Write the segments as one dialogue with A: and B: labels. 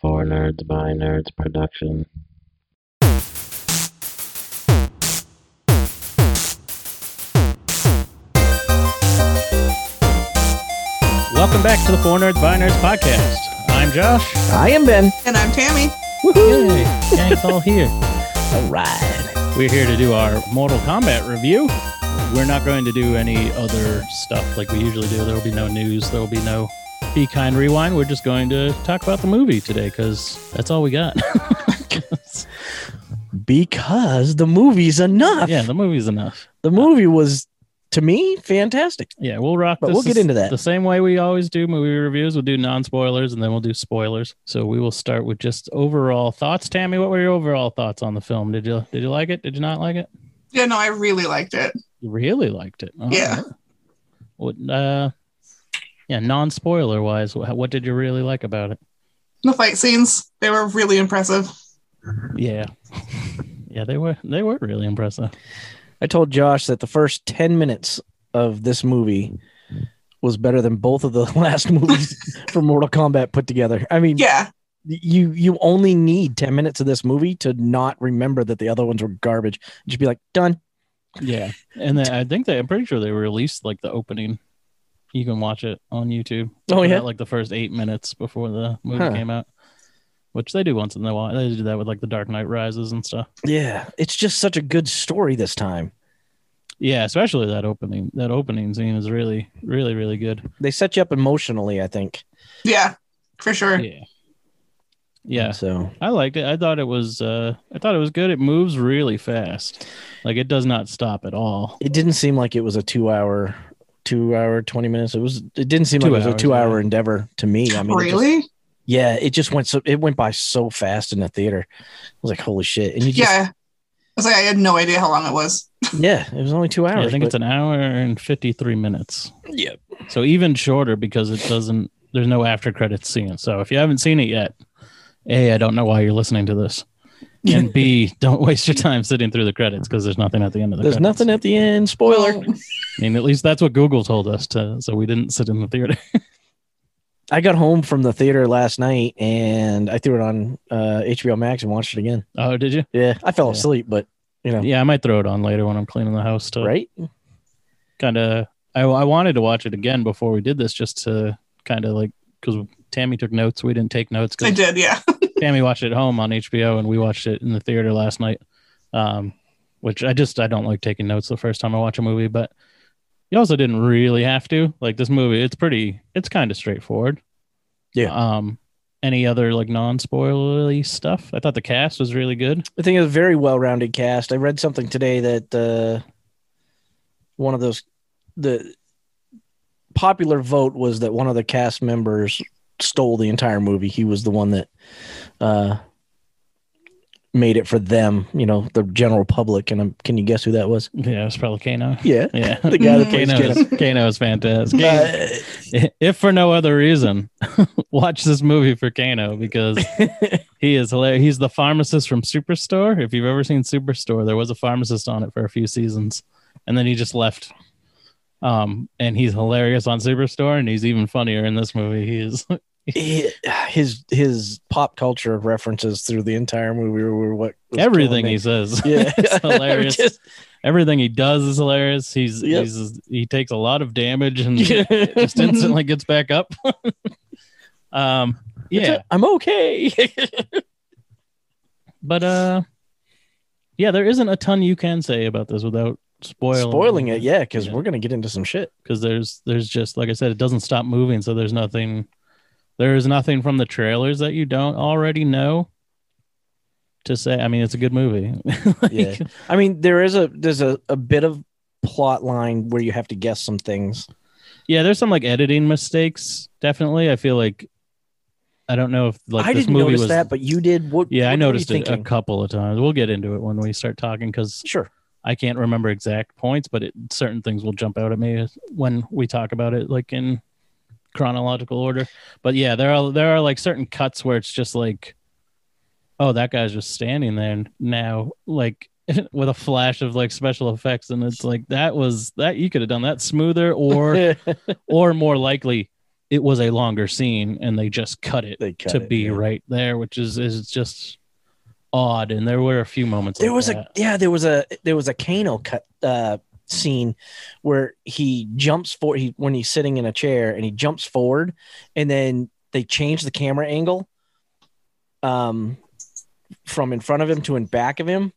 A: For Nerds by Nerds production.
B: Welcome back to the Four Nerds by Nerds podcast. I'm Josh.
C: I am Ben.
D: And I'm Tammy.
B: Yay, gang's all here.
C: All right.
B: We're here to do our Mortal Kombat review. We're not going to do any other stuff like we usually do. There will be no news. There will be no Be Kind Rewind. We're just going to talk about the movie today because that's all we got.
C: Because the movie's enough.
B: yeah, the movie's enough.
C: The movie was, to me, fantastic.
B: Yeah, we'll rock.
C: But
B: this
C: we'll get
B: is
C: into that.
B: the same way we always do movie reviews. We'll do non spoilers and then we'll do spoilers. So we will start with just overall thoughts. Tammy, what were your overall thoughts on the film? Did you did you like it? Did you not like it?
D: Yeah, no, I really liked it.
B: You really liked it. All
D: Yeah.
B: right. What? Uh, yeah, non spoiler wise, what, what did you really like about it?
D: The fight scenes, they were really impressive.
B: Yeah. Yeah, they were they were really impressive.
C: I told Josh that the first 10 minutes of this movie was better than both of the last movies for Mortal Kombat put together. I mean,
D: Yeah.
C: you you only need 10 minutes of this movie to not remember that the other ones were garbage. Just be like, done.
B: Yeah, and then I think they I'm pretty sure they released like the opening. You can watch it on YouTube.
C: Oh, yeah?
B: like the first eight minutes before the movie
C: Huh.
B: came out, which they do once in a while. They do that with like the Dark Knight Rises and stuff.
C: Yeah. It's just such a good story this time.
B: Yeah, especially that opening. That opening scene is really, really, really good.
C: They set you up emotionally, I think.
D: Yeah. For sure.
B: Yeah. Yeah,
C: So
B: I liked it. I thought it was uh I thought it was good. It moves really fast. Like it does not stop at all.
C: it didn't seem like it was a two hour two hour 20 minutes it was it didn't seem
B: Two
C: like it was
B: hours,
C: a two hour
B: yeah.
C: endeavor to me i mean it just-
D: really?
C: yeah it just went so it went by so fast in the theater i was like holy shit and you just
D: yeah. I was like, I had no idea how long it was.
C: yeah, it was only two
B: Yeah,
C: hours
B: I think it's
C: but-
B: an hour and 53 minutes.
C: yeah
B: So even shorter because it doesn't there's no after credits scene. So if you haven't seen it yet, A, I don't know why you're listening to this. And B, don't waste your time sitting through the credits because there's nothing at the end of the
C: there's
B: credits.
C: nothing at the end spoiler
D: Well,
B: I mean, at least that's what Google told us to so we didn't sit in the theater.
C: i got home from the theater last night and i threw it on uh hbo max and watched it again
B: oh, did you?
C: yeah i fell
B: Yeah.
C: asleep but you know
B: Yeah, I might throw it on later when I'm cleaning the house to
C: right
B: kind of I, I wanted to watch it again before we did this just to kind of like because tammy took notes we didn't take notes
D: I
B: because
D: did, yeah.
B: tammy watched it at home on hbo and we watched it in the theater last night um, which i just i don't like taking notes the first time i watch a movie but you also didn't really have to like this movie it's pretty it's kind of straightforward
C: Yeah.
B: um any other like non-spoilery stuff i thought the cast was really good
C: I think it was a very well-rounded cast. I read something today that uh, one of those the popular vote was that one of the cast members stole the entire movie. He was the one that uh, made it for them, you know, the general public. And um, can you guess who that was?
B: yeah it was probably kano
C: Yeah,
B: yeah
C: the guy that
D: Mhm.
C: plays
B: Kano
C: Kano.
B: is, Kano is fantastic.
C: Uh,
B: if for no other reason, watch this movie for Kano because he is hilarious. He's the pharmacist from Superstore. If you've ever seen Superstore, there was a pharmacist on it for a few seasons, and then he just left. Um, and he's hilarious on Superstore, and he's even funnier in this movie. He is.
C: he- his his pop culture references through the entire movie were what was
B: everything
C: killing me.
B: he says.
C: yeah
B: it's hilarious.
C: Just-
B: Everything he does is hilarious. He's
C: Yep.
B: he's he takes a lot of damage and just instantly gets back up. um, yeah.
C: i I'm okay.
B: but uh yeah there isn't a ton you can say about this without spoiling
C: Spoiling it, yeah, because
B: Yeah.
C: we're gonna get into some shit.
B: because there's there's just like i said it doesn't stop moving so there's nothing there is nothing from the trailers that you don't already know to say i mean it's a good movie Like,
C: Yeah. I mean, there is a there's a, a bit of plot line where you have to guess some things.
B: yeah there's some like editing mistakes definitely i feel like i don't know if like
C: I
B: this
C: didn't
B: movie
C: notice
B: was
C: that, but you did. What?
B: yeah
C: what
B: i
C: were you
B: noticed it a
C: thinking?
B: couple of times we'll get into it when we start talking because
C: Sure.
B: I can't remember exact points, but it, certain things will jump out at me as- when we talk about it, like in chronological order. But yeah, there are there are like certain cuts where it's just like, oh, that guy's just standing there now, like with a flash of like special effects, and it's like that was that you could have done that smoother or or more likely it was a longer scene and they just cut it
C: They cut
B: to
C: it,
B: be
C: yeah.
B: right there, which is is just odd. And there were a few moments.
C: There
B: like
C: was
B: that.
C: a yeah, there was a there was a Kano cut uh, scene where he jumps for he when he's sitting in a chair and he jumps forward, and then they change the camera angle, um, from in front of him to in back of him,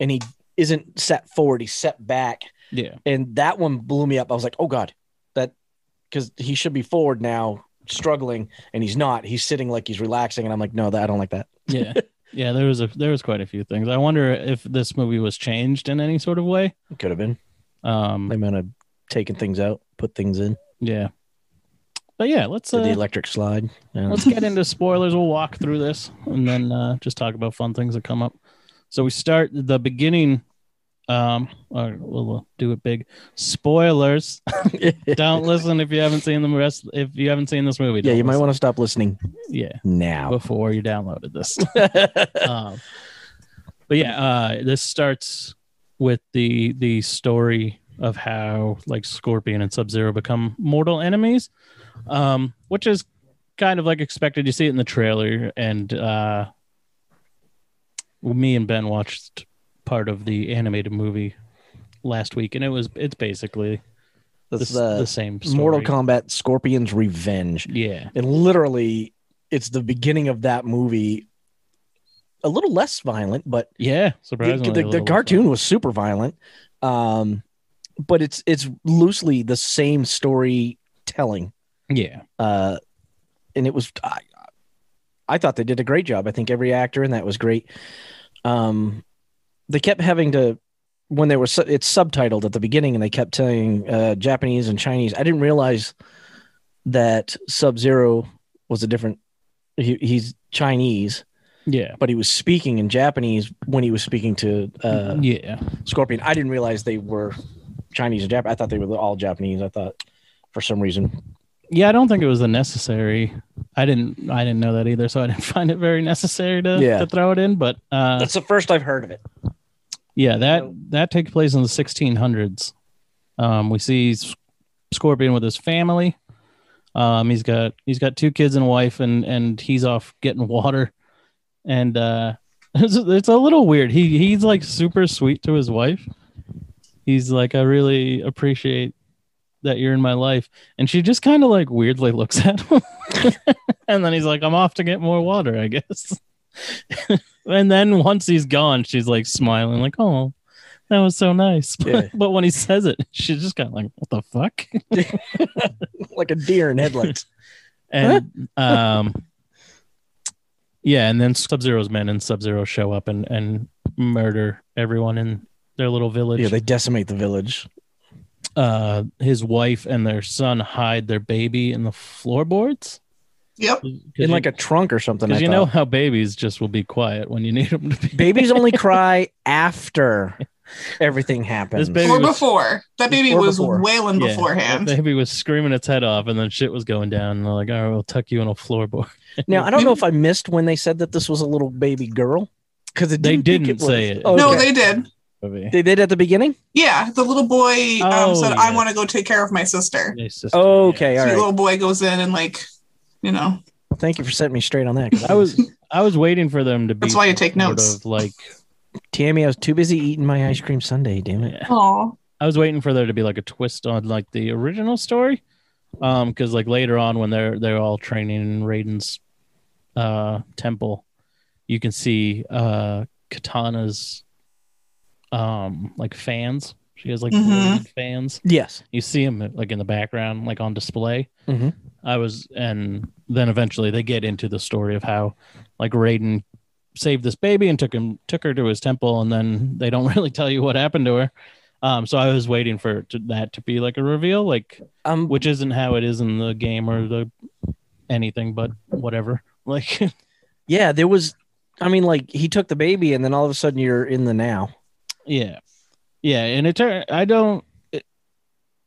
C: and he isn't set forward, he's set back,
B: yeah,
C: and that one blew me up. I was like, oh god, that because he should be forward now, struggling, and he's not. He's sitting like he's relaxing, and I'm like, no, that I don't like that.
B: yeah, yeah. There was a there was quite a few things. I wonder if this movie was changed in any sort of way.
C: Could have been.
B: Um,
C: They might have taken things out, put things in.
B: yeah, but yeah, let's
C: the
B: uh,
C: electric slide. Yeah.
B: let's get into spoilers. We'll walk through this and then uh, just talk about fun things that come up. So we start the beginning. Um, all right, we'll, we'll do it big. Spoilers. Don't listen if you haven't seen the rest. If you haven't seen this movie,
C: yeah,
B: don't
C: you might
B: listen.
C: want to stop listening
B: Yeah,
C: now.
B: before you downloaded this.
C: yeah,
B: um, but yeah, uh, this starts with the the story of how like Scorpion and Sub Zero become mortal enemies, um, which is kind of like expected. You see it in the trailer, and uh, me and Ben watched part of the animated movie last week, and it was it's basically the,
C: that's
B: s-
C: the,
B: the same story.
C: Mortal Kombat Scorpion's Revenge,
B: Yeah,
C: and literally, it's the beginning of that movie. A little less violent, but
B: yeah.
C: the,
B: Surprisingly,
C: the,
B: a
C: the
B: little
C: cartoon was super violent. Um, but it's it's loosely the same story telling.
B: Yeah,
C: uh, and it was I, I thought they did a great job. I think every actor in that was great. Um, they kept having to when they were su- it's subtitled at the beginning, and they kept telling uh, Japanese and Chinese. I didn't realize that Sub Zero was a different. He, he's Chinese,
B: yeah,
C: but he was speaking in Japanese when he was speaking to uh,
B: yeah.
C: Scorpion. I didn't realize they were Chinese and Japanese. I thought they were all Japanese. I thought for some reason.
B: Yeah, I don't think it was a necessary. I didn't. I didn't know that either, so I didn't find it very necessary to,
C: Yeah.
B: to throw it in. But uh,
C: That's the first I've heard of it.
B: yeah, that that takes place in the 1600s. Um, we see S- Scorpion with his family. Um, he's got he's got two kids and a wife, and and he's off getting water. And uh, it's, it's a little weird. He he's like super sweet to his wife. He's like, I really appreciate that you're in my life, and she just kind of like weirdly looks at him. and then he's like, I'm off to get more water, I guess. and then once he's gone, she's like smiling, like, oh, that was so nice. But,
C: Yeah.
B: but when he says it, she's just kind of like, what the fuck?
C: like a deer in headlights.
B: and um yeah and then sub-zero's men and sub-zero show up and and murder everyone in their little village
C: yeah, they decimate the village.
B: uh his wife and their son hide their baby in the floorboards
D: Yep.
C: In like a trunk or something. I
B: because you know
C: thought.
B: how babies just will be quiet when you need them to be
C: babies only cry after everything happens.
B: baby-
D: Or
B: was-
D: before. That baby
C: Or
D: was
C: before.
D: wailing
B: Yeah,
D: beforehand.
B: that baby was screaming its head off and then shit was going down and they're like all right we'll tuck you in a floorboard
C: now, I don't know if I missed when they said that this was a little baby girl because
B: They didn't
C: it was.
B: say it.
C: Oh,
D: No,
C: okay.
D: they did.
B: Baby.
C: they did at the beginning.
D: Yeah, the little boy
B: Oh,
D: um, said,
B: yeah.
D: "I want to go take care of my sister."
B: It's just-
C: Okay, all
D: so the
C: right.
D: little boy goes in and like, you know,
C: Thank you for setting me straight on that. 'cause
B: i was i was waiting for them to be
D: That's why you take
B: sort
D: notes.
B: of like
C: Tammy. I was too busy eating my ice cream sundae. Damn it.
D: oh,
B: I was waiting for there to be like a twist on like the original story, um, because like later on when they're they're all training in Raiden's uh temple, you can see uh Katana's um like fans. She has like
D: Mhm.
B: blade fans.
C: Yes.
B: You see them like in the background, like on display.
C: Mhm.
B: I was, and then eventually they get into the story of how like Raiden saved this baby and took him took her to his temple and then they don't really tell you what happened to her um so i was waiting for to, that to be like a reveal like
C: Um.
B: which isn't how it is in the game or the anything but whatever like
C: Yeah. There was. I mean, like he took the baby, and then all of a sudden you're in the now.
B: yeah yeah and it turned i don't it,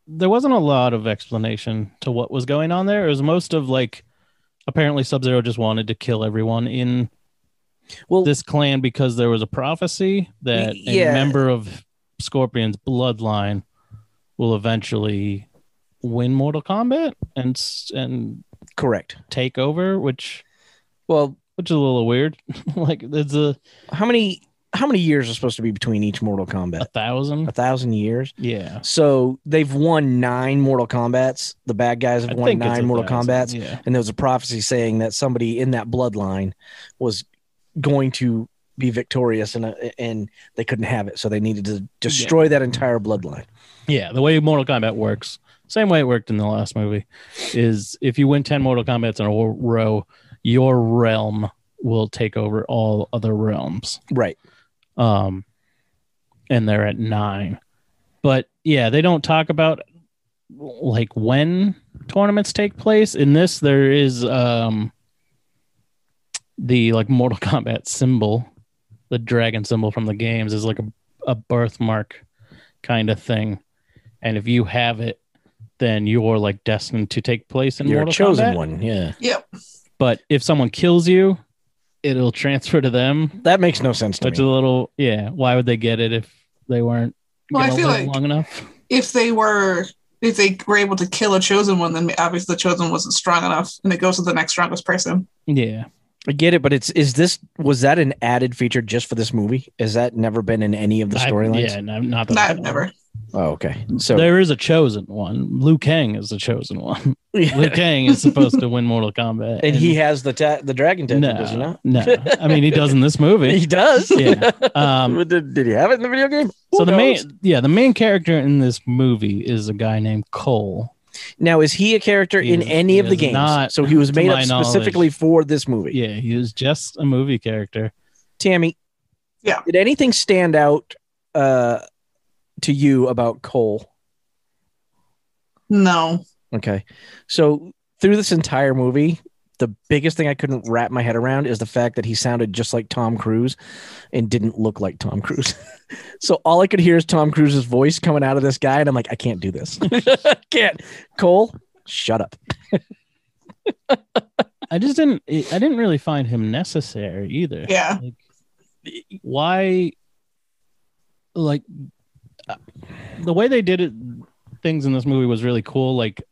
B: there wasn't a lot of explanation to what was going on there it was most of like apparently sub-zero just wanted to kill everyone in
C: Well,
B: this clan because there was a prophecy that
C: Yeah.
B: a member of Scorpion's bloodline will eventually win Mortal Kombat, and s- and
C: Correct.
B: takeover, which
C: Well,
B: which is a little weird. like it's a,
C: how many how many years are supposed to be between each Mortal
B: a
C: Kombat?
B: thousand.
C: A thousand years.
B: Yeah.
C: So they've won nine Mortal Kombats. The bad guys have
B: I
C: won
B: think it's a
C: nine Mortal
B: thousand,
C: Kombats.
B: Yeah.
C: And there was a prophecy saying that somebody in that bloodline was going to be victorious and uh, and they couldn't have it. So they needed to destroy that entire bloodline.
B: Yeah. The way Mortal Kombat works, same way it worked in the last movie, is if you win 10 Mortal Kombats in a wo- row, your realm will take over all other realms.
C: Right.
B: Um, and they're at nine. But yeah, they don't talk about like when tournaments take place. In this, there is um, the like Mortal Kombat symbol, the dragon symbol from the games is like a, a birthmark kind of thing. And if you have it, then you're like destined to take place in
C: You're a
B: Mortal
C: chosen
B: Kombat.
C: one. Yeah.
D: Yep.
B: But if someone kills you, it'll transfer to them.
C: That makes no sense to
B: Which is a
C: me.
B: little yeah. Why would they get it if they weren't
D: Well, I
B: gonna
D: feel
B: live
D: like-
B: long enough?
D: If they were, if they were able to kill a chosen one, then obviously the chosen wasn't strong enough, and it goes to the next strongest person.
B: Yeah.
C: I get it, but it's is this was that an added feature just for this movie? Has that never been in any of the
B: I-
C: storylines?
B: Yeah, no, not that I
D: Not
B: know.
D: never.
C: Oh, okay. So
B: there is a chosen one. Liu Kang is the chosen one. Liu Kang is supposed to win Mortal Kombat,
C: and he has the ta- the dragon tattoo,
B: no,
C: does he not?
B: no. I mean, he does in this movie.
C: He does.
B: Yeah. Um,
C: But did, did he have it in the video game? Who
B: so the
C: knows?
B: main, yeah, the main character in this movie is a guy named Cole.
C: Now, is he a character
B: He
C: in
B: is-
C: any
B: he
C: of the
B: is
C: games?
B: not, uh,
C: so he was
B: to
C: made up
B: my knowledge.
C: specifically for this movie.
B: Yeah, he is just a movie character.
C: Tammy.
D: Yeah.
C: Did anything stand out uh, to you about Cole?
D: No.
C: Okay. So through this entire movie, the biggest thing I couldn't wrap my head around is the fact that he sounded just like Tom Cruise and didn't look like Tom Cruise. so all I could hear is Tom Cruise's voice coming out of this guy, and I'm like, I can't do this. I can't. Cole, shut up.
B: I just didn't. I didn't really find him necessary either.
D: Yeah.
B: why like uh, the way they did it things in this movie was really cool like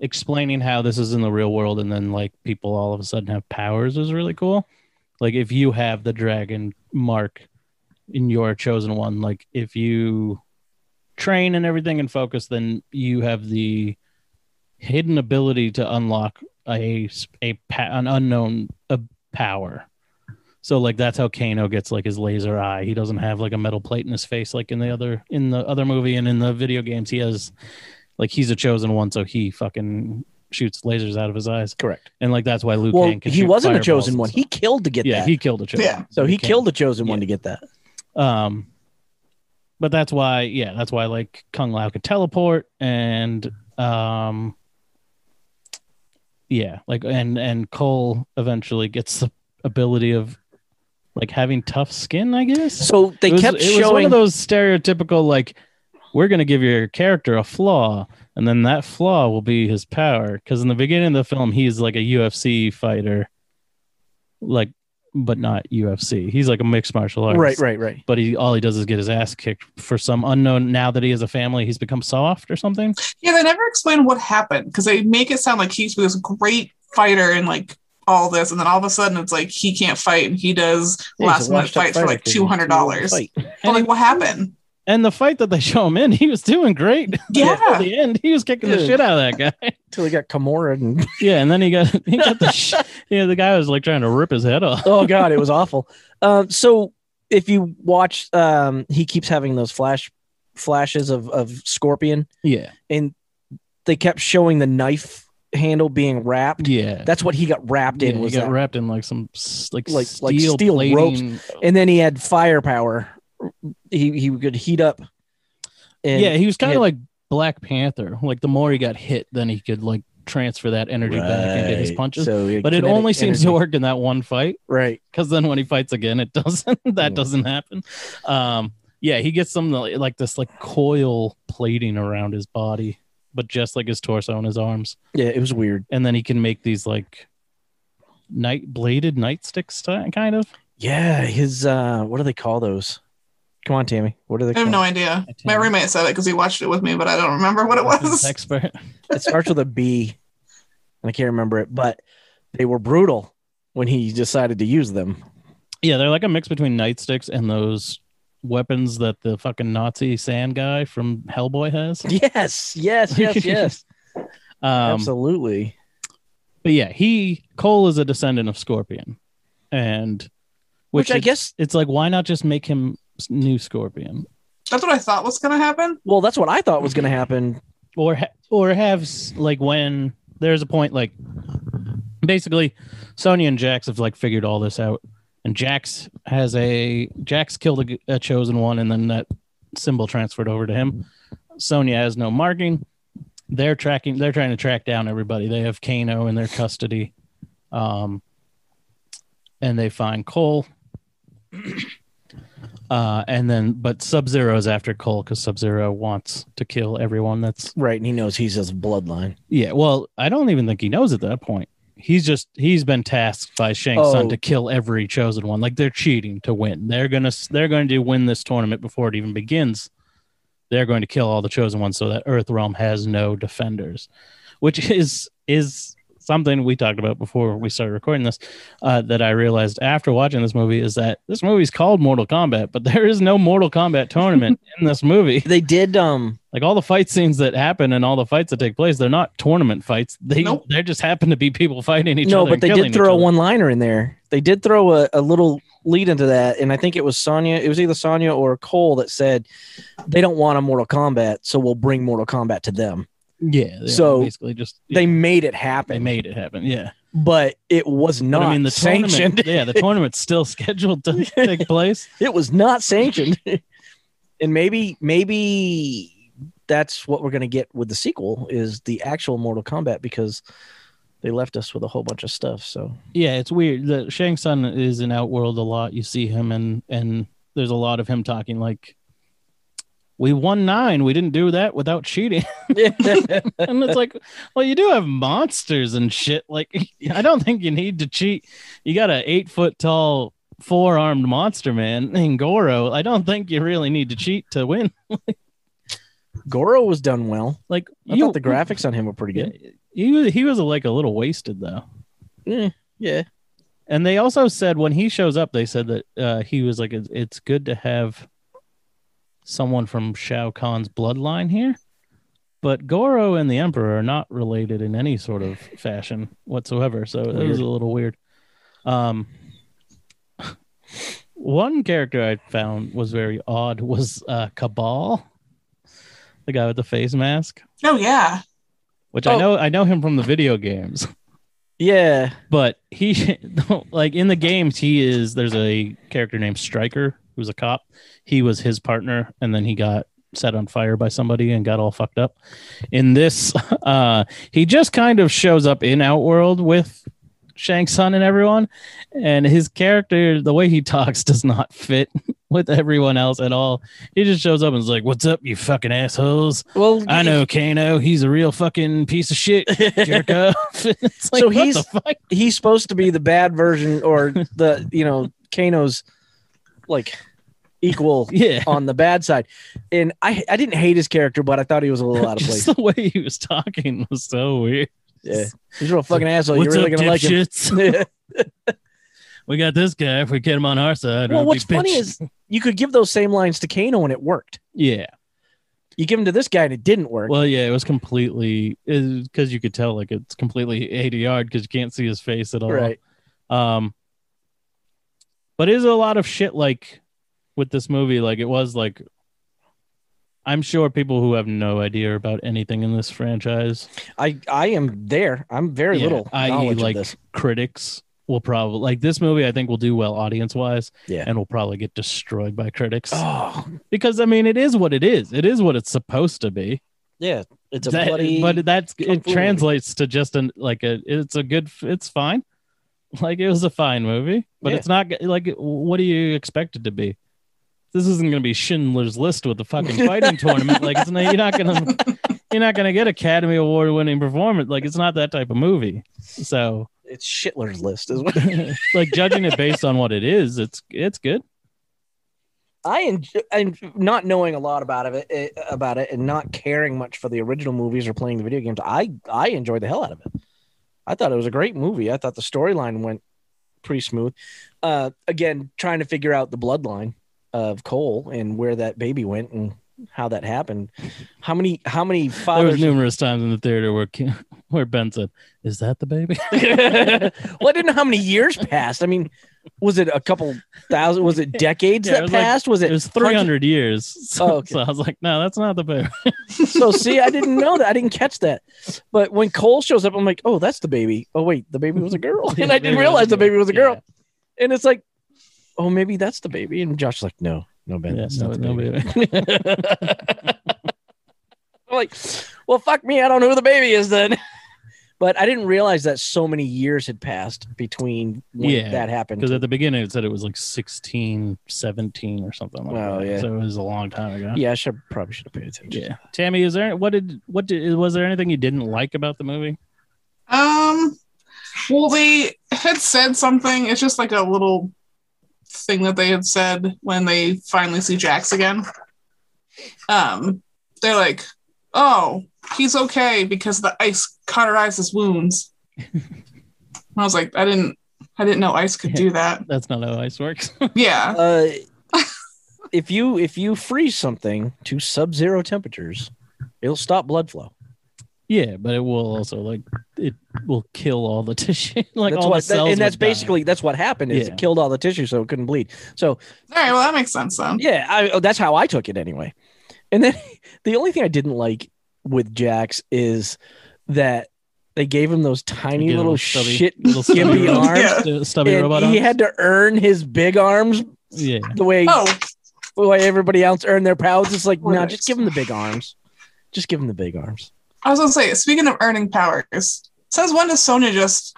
B: explaining how this is in the real world and then like people all of a sudden have powers is really cool like if you have the dragon mark in your chosen one like if you train and everything and focus then you have the hidden ability to unlock a s- a pa- an unknown uh, power so like that's how Kano gets like his laser eye. He doesn't have like a metal plate in his face like in the other in the other movie and in the video games he has like he's a chosen one so he fucking shoots lasers out of his eyes.
C: Correct.
B: And like that's why Luke
C: well,
B: Kang can
C: he
B: shoot
C: wasn't a
B: fireballs
C: chosen
B: and
C: one. He
B: stuff.
C: killed to get
B: Yeah,
C: that.
B: he killed a chosen.
D: Yeah.
B: one.
C: so he
B: Luke Kang.
C: killed the chosen one
B: Yeah.
C: to get that.
B: Um, but that's why, yeah, that's why like Kung Lao could teleport and um, yeah, like and and Cole eventually gets the ability of like having tough skin, I guess.
C: So they
B: It was-
C: kept
B: it was one
C: showing
B: of those stereotypical like we're gonna give your character a flaw, and then that flaw will be his power. Because in the beginning of the film, he's like a UFC fighter, like but not UFC. He's like a mixed martial artist
C: right, right, right.
B: but he all he does is get his ass kicked for some unknown now that he has a family he's become soft or something
D: Yeah, they never explain what happened because they make it sound like he's this great fighter and like all this, and then all of a sudden it's like he can't fight and he does last minute fights for like two hundred dollars. But
B: And
D: like, what happened?
B: and the fight that they show him in he was doing great at
D: Yeah,
B: the end he was kicking the
C: Dude.
B: shit out of that guy
C: Until he got Kimura and
B: yeah and then he got he got the sh- yeah the guy was like trying to rip his head off
C: oh god, it was awful. Um, so if you watch, um, he keeps having those flash flashes of of Scorpion,
B: yeah
C: and they kept showing the knife handle being wrapped.
B: yeah
C: That's what he got wrapped
B: yeah,
C: in.
B: he
C: Was
B: got
C: that.
B: wrapped in like some s- like
C: Like-
B: steel,
C: like steel ropes.
B: plating.
C: and then he had firepower. He he could heat up. And
B: yeah he was kind
C: yeah.
B: of like black panther like the more he got hit then he could like transfer that energy back and get his
C: Right.
B: punches
C: So
B: but it
C: kinetic
B: only seems to
C: energy.
B: work in that one fight
C: Right.
B: because then when he fights again, it doesn't. that
C: Mm.
B: doesn't happen. Um, yeah, he gets some like this like coil plating around his body, but just like his torso and his arms,
C: Yeah, it was weird.
B: and then he can make these like night bladed nightsticks, ti- kind of.
C: Yeah, his uh, what do they call those? Come on, Tammy. What are they?
D: I
C: called?
D: have no idea.
B: I
D: My
B: think-
D: roommate said it because he watched it with me, but I don't remember what it was.
B: Expert.
C: It starts with a B. and I can't remember it, but they were brutal when he decided to use them.
B: Yeah, they're like a mix between nightsticks and those weapons that the fucking Nazi sand guy from Hellboy has.
C: Yes, yes, yes, yes.
B: Um,
C: Absolutely.
B: but yeah, he Cole is a descendant of Scorpion, and
C: Which, I
B: it's-
C: guess,
B: it's like why not just make him s- new Scorpion
D: That's what I thought was going to happen.
C: well, that's what I thought was going to happen.
B: or ha- or have s- like when there's a point like basically Sonya and Jax have like figured all this out, and Jax has a Jax killed a g a a chosen one, and then that symbol transferred over to him. Sonya has no marking. They're tracking. They're trying to track down everybody. They have Kano in their custody, um, and they find Cole. Uh, and then, but Sub Zero is after Cole because Sub Zero wants to kill everyone that's
C: Right. And he knows he's his bloodline.
B: yeah, well, I don't even think he knows at that point. He's just he's been tasked by Shang
C: Oh.
B: Tsung to kill every chosen one. Like they're cheating to win. They're gonna they're going to win this tournament before it even begins. They're going to kill all the chosen ones so that Earth Realm has no defenders, which is is something we talked about before we started recording this. Uh, that I realized after watching this movie is that this movie's called Mortal Kombat, but there is no Mortal Kombat tournament in this movie
C: They did. Um,
B: like all the fight scenes that happen and all the fights that take place they're not tournament fights they
D: Nope.
B: they just happen to be people fighting each
C: no,
B: other
C: but
B: and
C: they
B: killing
C: did
B: each
C: throw a
B: other.
C: one liner in there. They did throw a, a little lead into that. And I think it was Sonya. It was either Sonya or Cole that said they don't want a Mortal Kombat. So we'll bring Mortal Kombat to them.
B: yeah they
C: So,
B: basically just
C: They made it
B: they
C: happen,
B: made it happen yeah
C: but it was
B: But
C: not
B: i mean the
C: sanctioned.
B: tournament yeah the tournament's still scheduled to take place
C: it was not sanctioned. and maybe, maybe that's what we're going to get with the sequel is the actual Mortal Kombat because they left us with a whole bunch of stuff. So
B: yeah it's weird the shang Tsung is in outworld a lot you see him and and there's a lot of him talking like we won nine we didn't do that without cheating and it's like, well, you do have monsters and shit. Like, I don't think you need to cheat. You got an eight foot tall, four armed monster man in Goro. I don't think you really need to cheat to win.
C: Goro was done well.
B: Like,
C: I
B: you,
C: thought the graphics on him were pretty good.
B: He was, he was like a little wasted though.
C: Yeah.
B: And they also said when he shows up, they said that uh, he was like, it's, it's good to have someone from Shao Kahn's bloodline here. But Goro and the Emperor are not related in any sort of fashion whatsoever. So it was
C: Weird.
B: a little weird. Um, one character I found was very odd was uh, Cabal, the guy with the face mask,
D: Oh, yeah.
B: which
C: Oh.
B: I know I know him from the video games
C: Yeah.
B: but he like in the games he is there's a character named striker who's a cop he was his partner and then he got set on fire by somebody and got all fucked up in this uh he just kind of shows up in outworld with shang Tsung and everyone and his character the way he talks does not fit with everyone else at all he just shows up and is like what's up you fucking assholes
C: Well,
B: i know kano he's a real fucking piece of shit jerk off it's like
C: So
B: what
C: he's-
B: the fuck
C: he's supposed to be the bad version or the, you know, Kano's like equal
B: yeah
C: on the bad side. And I, I didn't hate his character, but I thought he was a little out of
B: Just
C: place.
B: the way he was talking was so weird.
C: Yeah. He's a real fucking asshole. You're
B: What's
C: really
B: up,
C: going to like him.
B: dipshits? we got this guy. If we get him on our side,
C: well,
B: we'll
C: what's
B: be
C: funny
B: bitch-
C: is you could give those same lines to Kano and it worked.
B: yeah.
C: You give them to this guy and it didn't work.
B: Well, yeah, it was completely because you could tell like it's completely ADR because you can't see his face at all.
C: right.
B: Um, but it is a lot of shit like with this movie. Like it was like, I'm sure people who have no idea about anything in this franchise
C: I, I am there. I'm very
B: Yeah,
C: little
B: i.e.,
C: knowledge
B: like
C: of this.
B: critics will probably like this movie i think will do well audience wise
C: Yeah.
B: and will probably get destroyed by critics
C: Oh,
B: because i mean it is what it is it is what it's supposed to be
C: yeah. It's a
B: That-
C: bloody.
B: but that's
C: kung
B: it
C: fu
B: translates to just an like a it's a good f- it's fine like it was a fine movie but
C: Yeah.
B: it's not g- like what do you expect it to be this isn't going to be schindler's list with the fucking fighting tournament like it's not, you're not going to you're not going to get academy award winning performance like it's not that type of movie so
C: it's Shitler's List is what
B: like judging it based on what it is, it's it's good.
C: I enjoy and not knowing a lot about of it eh, about it and not caring much for the original movies or playing the video games. I I enjoy the hell out of it. I thought it was a great movie. I thought the storyline went pretty smooth. Uh, again, trying to figure out the bloodline of Cole and where that baby went and how that happened. How many? How
B: There
C: many
B: was
C: fathers?
B: numerous times in the theater where Ke- where Ben said, "Is that the baby?"
C: well, I didn't know how many years passed. I mean, was it a couple thousand? Was it decades
B: Yeah, it
C: that
B: was like-
C: passed? was
B: It
C: it?
B: was 300 years. So,
C: Oh, okay.
B: so I was like, "No, that's not the baby."
C: so see, I didn't know that. I didn't catch that. But when Cole shows up, I'm like, oh, that's the baby. Oh wait, the baby was a girl, and I didn't realize the baby was a girl. And it's like, oh, maybe that's the baby. And Josh's like, no, no,
B: Yeah,
C: Ben, that's
B: no,
C: not the
B: no
C: baby.
B: baby.
C: I'm like, well, fuck me, I don't know who the baby is then. But I didn't realize that so many years had passed between when
B: Yeah,
C: that happened.
B: Because at the beginning it said it was like 16, 17 or something like
C: Oh,
B: that.
C: yeah.
B: So it was a long time ago.
C: yeah, I should probably should have paid attention.
B: Yeah. Tammy, is there what did what did was there anything you didn't like about the movie?
D: Um, well, they had said something. It's just like a little thing that they had said when they finally see Jax again. Um, they're like, "Oh, he's okay because the ice cauterized his wounds." And I was like, "I didn't, I didn't know ice could do that."
B: That's not how ice works.
D: Yeah,
C: Uh, if you if you freeze something to sub-zero temperatures, it'll stop blood flow.
B: yeah, but it will also like it will kill all the tissue. like
C: that's
B: all
C: what,
B: the cells.
C: and that's
B: would die.
C: basically that's what happened. Is
B: Yeah.
C: it killed all the tissue, so it couldn't bleed. So
D: all right. Well, that makes sense then.
C: Yeah, I, oh, that's how I took it anyway. And then the only thing I didn't like with Jax is that they gave him those
B: You
C: tiny
B: get a
C: little
B: stubby-
C: shit
B: little stubby
C: gimpy
B: robot-
C: arms.
D: Yeah.
B: stu- stubby
C: and
B: robot
C: he
B: arms.
C: had to earn his big arms
B: yeah.
C: the way,
D: Oh,
C: the way everybody else earned their powers. It's like, no,
D: Poor
C: nah,
D: Jax.
C: just give him the big arms. Just give him the big arms.
D: I was gonna say. Speaking of earning powers, says when does Sonya just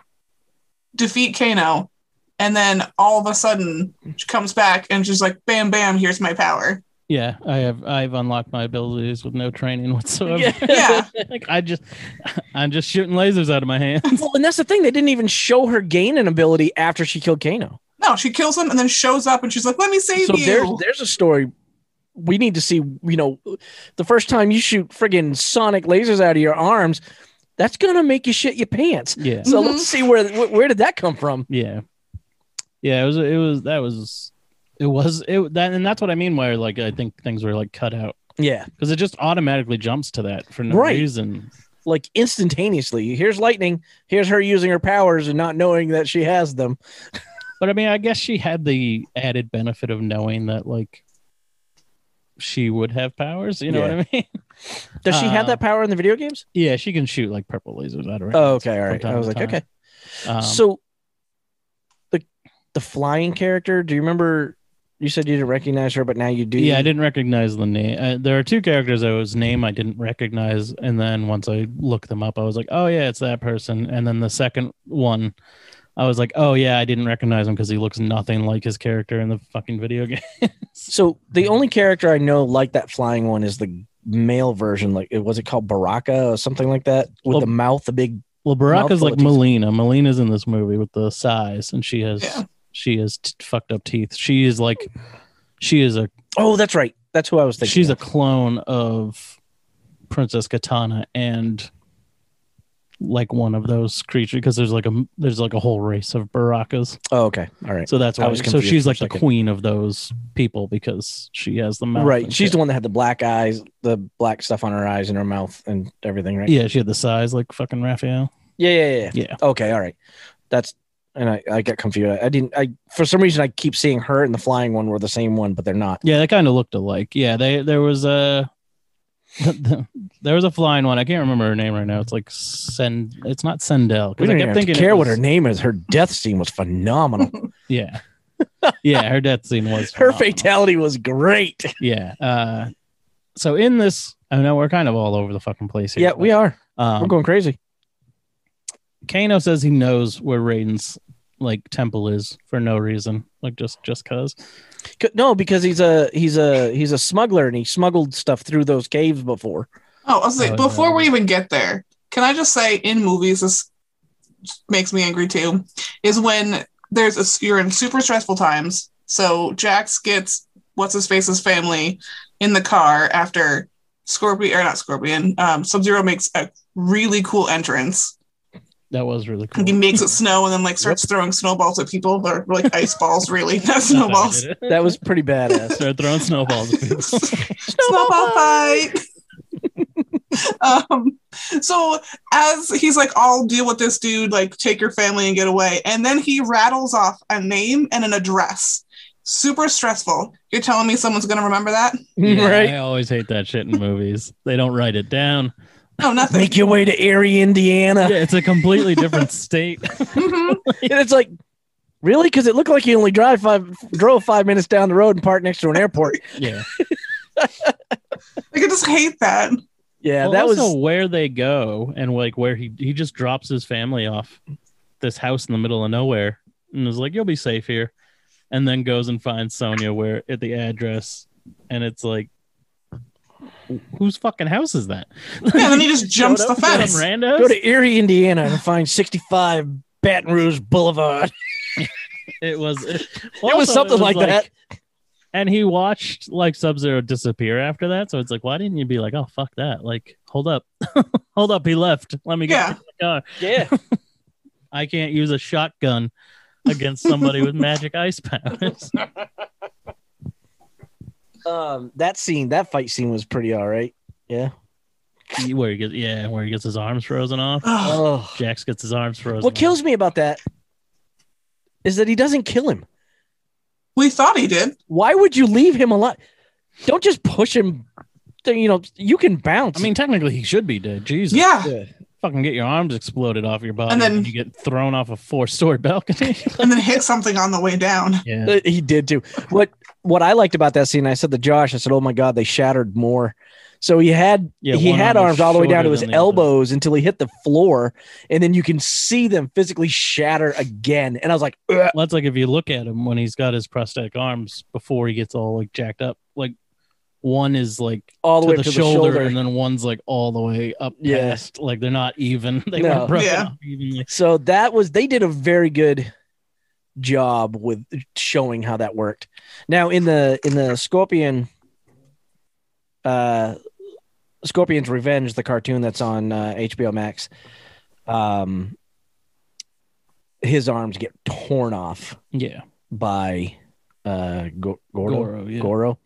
D: defeat Kano, and then all of a sudden she comes back and she's like, "Bam, bam! Here's my power."
B: Yeah, I have I've unlocked my abilities with no training whatsoever.
D: Yeah.
B: like I just I'm just shooting lasers out of my hand.
C: well, and that's the thing. They didn't even show her gain an ability after she killed Kano.
D: No, she kills him and then shows up and she's like, "Let me save
C: so
D: you."
C: there's there's a story we need to see you know the first time you shoot friggin sonic lasers out of your arms that's gonna make you shit your pants
B: Yeah.
C: so
D: Mhm.
C: let's see where wh- where did that come from
B: Yeah. Yeah, it was it was that was it was it that and that's what I mean where like I think things were like cut out
C: yeah
B: because it just automatically jumps to that for no
C: Right.
B: reason.
C: like instantaneously here's lightning here's her using her powers and not knowing that she has them
B: But I mean, I guess she had the added benefit of knowing that like she would have powers, you know what I mean?
C: does she have
B: Uh,
C: that power in the video games
B: yeah, she can shoot like purple lasers out of her.
C: oh okay all right
B: time
C: i was
B: to
C: like
B: time.
C: okay
B: Um,
C: so the the flying character do you remember you said you didn't recognize her but now you do
B: Yeah, I didn't recognize the name. Uh, there are two characters I was name I didn't recognize, and then once I looked them up, I was like, "Oh yeah, it's that person." And then the second one, I was like, "Oh yeah, I didn't recognize him because he looks nothing like his character in the fucking video game."
C: So the only character I know like that flying one is the male version. Like, it was it called Baraka or something like that with
B: Well-
C: the mouth, the big.
B: Well, Baraka's
C: Mouthful
B: like
C: of teeth.
B: Melina. Melina's in this movie with the size, and she has
D: Yeah.
B: she has t- fucked up teeth. She is like she is a
C: Oh, that's right. That's who I was thinking.
B: she's
C: of.
B: a clone of Princess Katana and like one of those creatures because there's like a there's like a whole race of Barakas.
C: Oh, okay. All right.
B: So that's
C: I
B: why.
C: was
B: So
C: confused
B: she's
C: for a
B: like the
C: second.
B: queen of those people because she has the mouth.
C: right.
B: and
C: She's
B: shit.
C: the one that had the black eyes, the black stuff on her eyes and her mouth and everything, right?
B: Yeah, she had the size like fucking Raphael.
C: Yeah. Yeah. Yeah.
B: Yeah.
C: Okay. All right. That's. And I, I got confused. I, I didn't. I for some reason I keep seeing her and the flying one were the same one, but they're not.
B: Yeah, they kind of looked alike. Yeah, they there was a there was a flying one. I can't remember her name right now. It's like Send. It's not Sendel. Because I
C: We don't
B: kept
C: even have to
B: thinking it
C: care what
B: was-
C: her name is. Her death scene was phenomenal.
B: Yeah. yeah, her death scene was
C: her
B: phenomenal.
C: fatality was great.
B: yeah. Uh, so in this, I know we're kind of all over the fucking place here.
C: Yeah, we are.
B: Um,
C: We're going crazy.
B: Kano says he knows where Raiden's like temple is for no reason, like just just cause.
C: C- No, because he's a he's a he's a smuggler and he smuggled stuff through those caves before.
D: oh, I was like,
B: Oh,
D: before
B: yeah.
D: we even get there, can I just say, in movies, this makes me angry too, is when there's a you're in super stressful times. So Jax gets what's his face's family in the car after Scorpion or not Scorpion. Um, Sub Zero makes a really cool entrance.
B: That was really cool.
D: He makes it snow and then like starts throwing snowballs at people or like ice balls, really, not snowballs.
C: That was pretty badass.
B: Start throwing snowballs. at people.
D: snowball fight. um, so as he's like, I'll deal with this dude, like take your family and get away. And then he rattles off a name and an address. Super stressful. You're telling me someone's gonna remember that?
B: Yeah,
C: right?
B: I always hate that shit in movies. They don't write it down.
D: No, nothing.
C: Make your way to Erie, Indiana.
B: Yeah, it's a completely different state.
D: Mhm.
C: And it's like, really? Because it looked like you only drive five, drove five minutes down the road and parked next to an airport.
B: Yeah.
D: Like I just hate that.
C: Yeah,
B: Well,
C: that
B: also
C: was.
B: where they go and like where he he just drops his family off this house in the middle of nowhere and is like, "You'll be safe here," and then goes and finds Sonia where at the address, and it's like, wh- whose fucking house is that?
D: Yeah, and then he just jumps
B: Showed
D: the
B: up to some
D: fence.
B: randos?
C: Go to Erie, Indiana and find 65 Baton Rouge Boulevard.
B: It was. It,
C: it was
B: also,
C: something
B: was
C: like, that.
B: And he watched like Sub Zero disappear after that. So it's like, why didn't you be like, oh fuck that? Like, hold up, hold up, he left. Let me
D: Yeah.
B: get the car.
C: Yeah.
B: I can't use a shotgun against somebody with magic ice powers.
C: Um, that scene, that fight scene was pretty all right.
B: where he gets yeah, where he gets his arms frozen off.
D: Ugh.
C: Oh.
B: Jax gets his arms frozen.
C: What kills me about that is that he doesn't kill him.
D: we thought he did.
C: Why would you leave him alive? Don't just push him. You know, you can bounce.
B: Off. I mean, technically, he should be dead. Jesus,
D: Yeah.
C: Yeah.
B: fucking get your arms exploded off your body,
D: And
B: and
D: then-
B: then you get thrown off a four-story balcony.
D: And then hit something on the way down.
B: yeah.
C: Uh, he did too. What what I liked about that scene, I said to Josh, I said, "Oh my god, they shattered more." So he had
B: Yeah,
C: he
B: one
C: had
B: arm was
C: arms all the way down to
B: shorter
C: his
B: than the other.
C: elbows until he hit the floor, and then you can see them physically shatter again. And I was like, "Ugh."
B: Well, that's like if you look at him when he's got his prosthetic arms before he gets all like jacked up. Like one is like
C: all the
B: to
C: way
B: the,
C: up to
B: shoulder,
C: the
B: and
C: shoulder.
B: then one's like all the way up
C: Yeah.
B: past. Like they're not even. They
C: No.
B: weren't broken
D: Yeah.
B: up evenly.
C: So that was they did a very good job with showing how that worked. Now in the in the Scorpion uh Scorpion's Revenge, the cartoon that's on uh, HBO Max, um his arms get torn off
B: Yeah.
C: by uh Go- Gordo,
B: Goro, yeah.
C: Goro.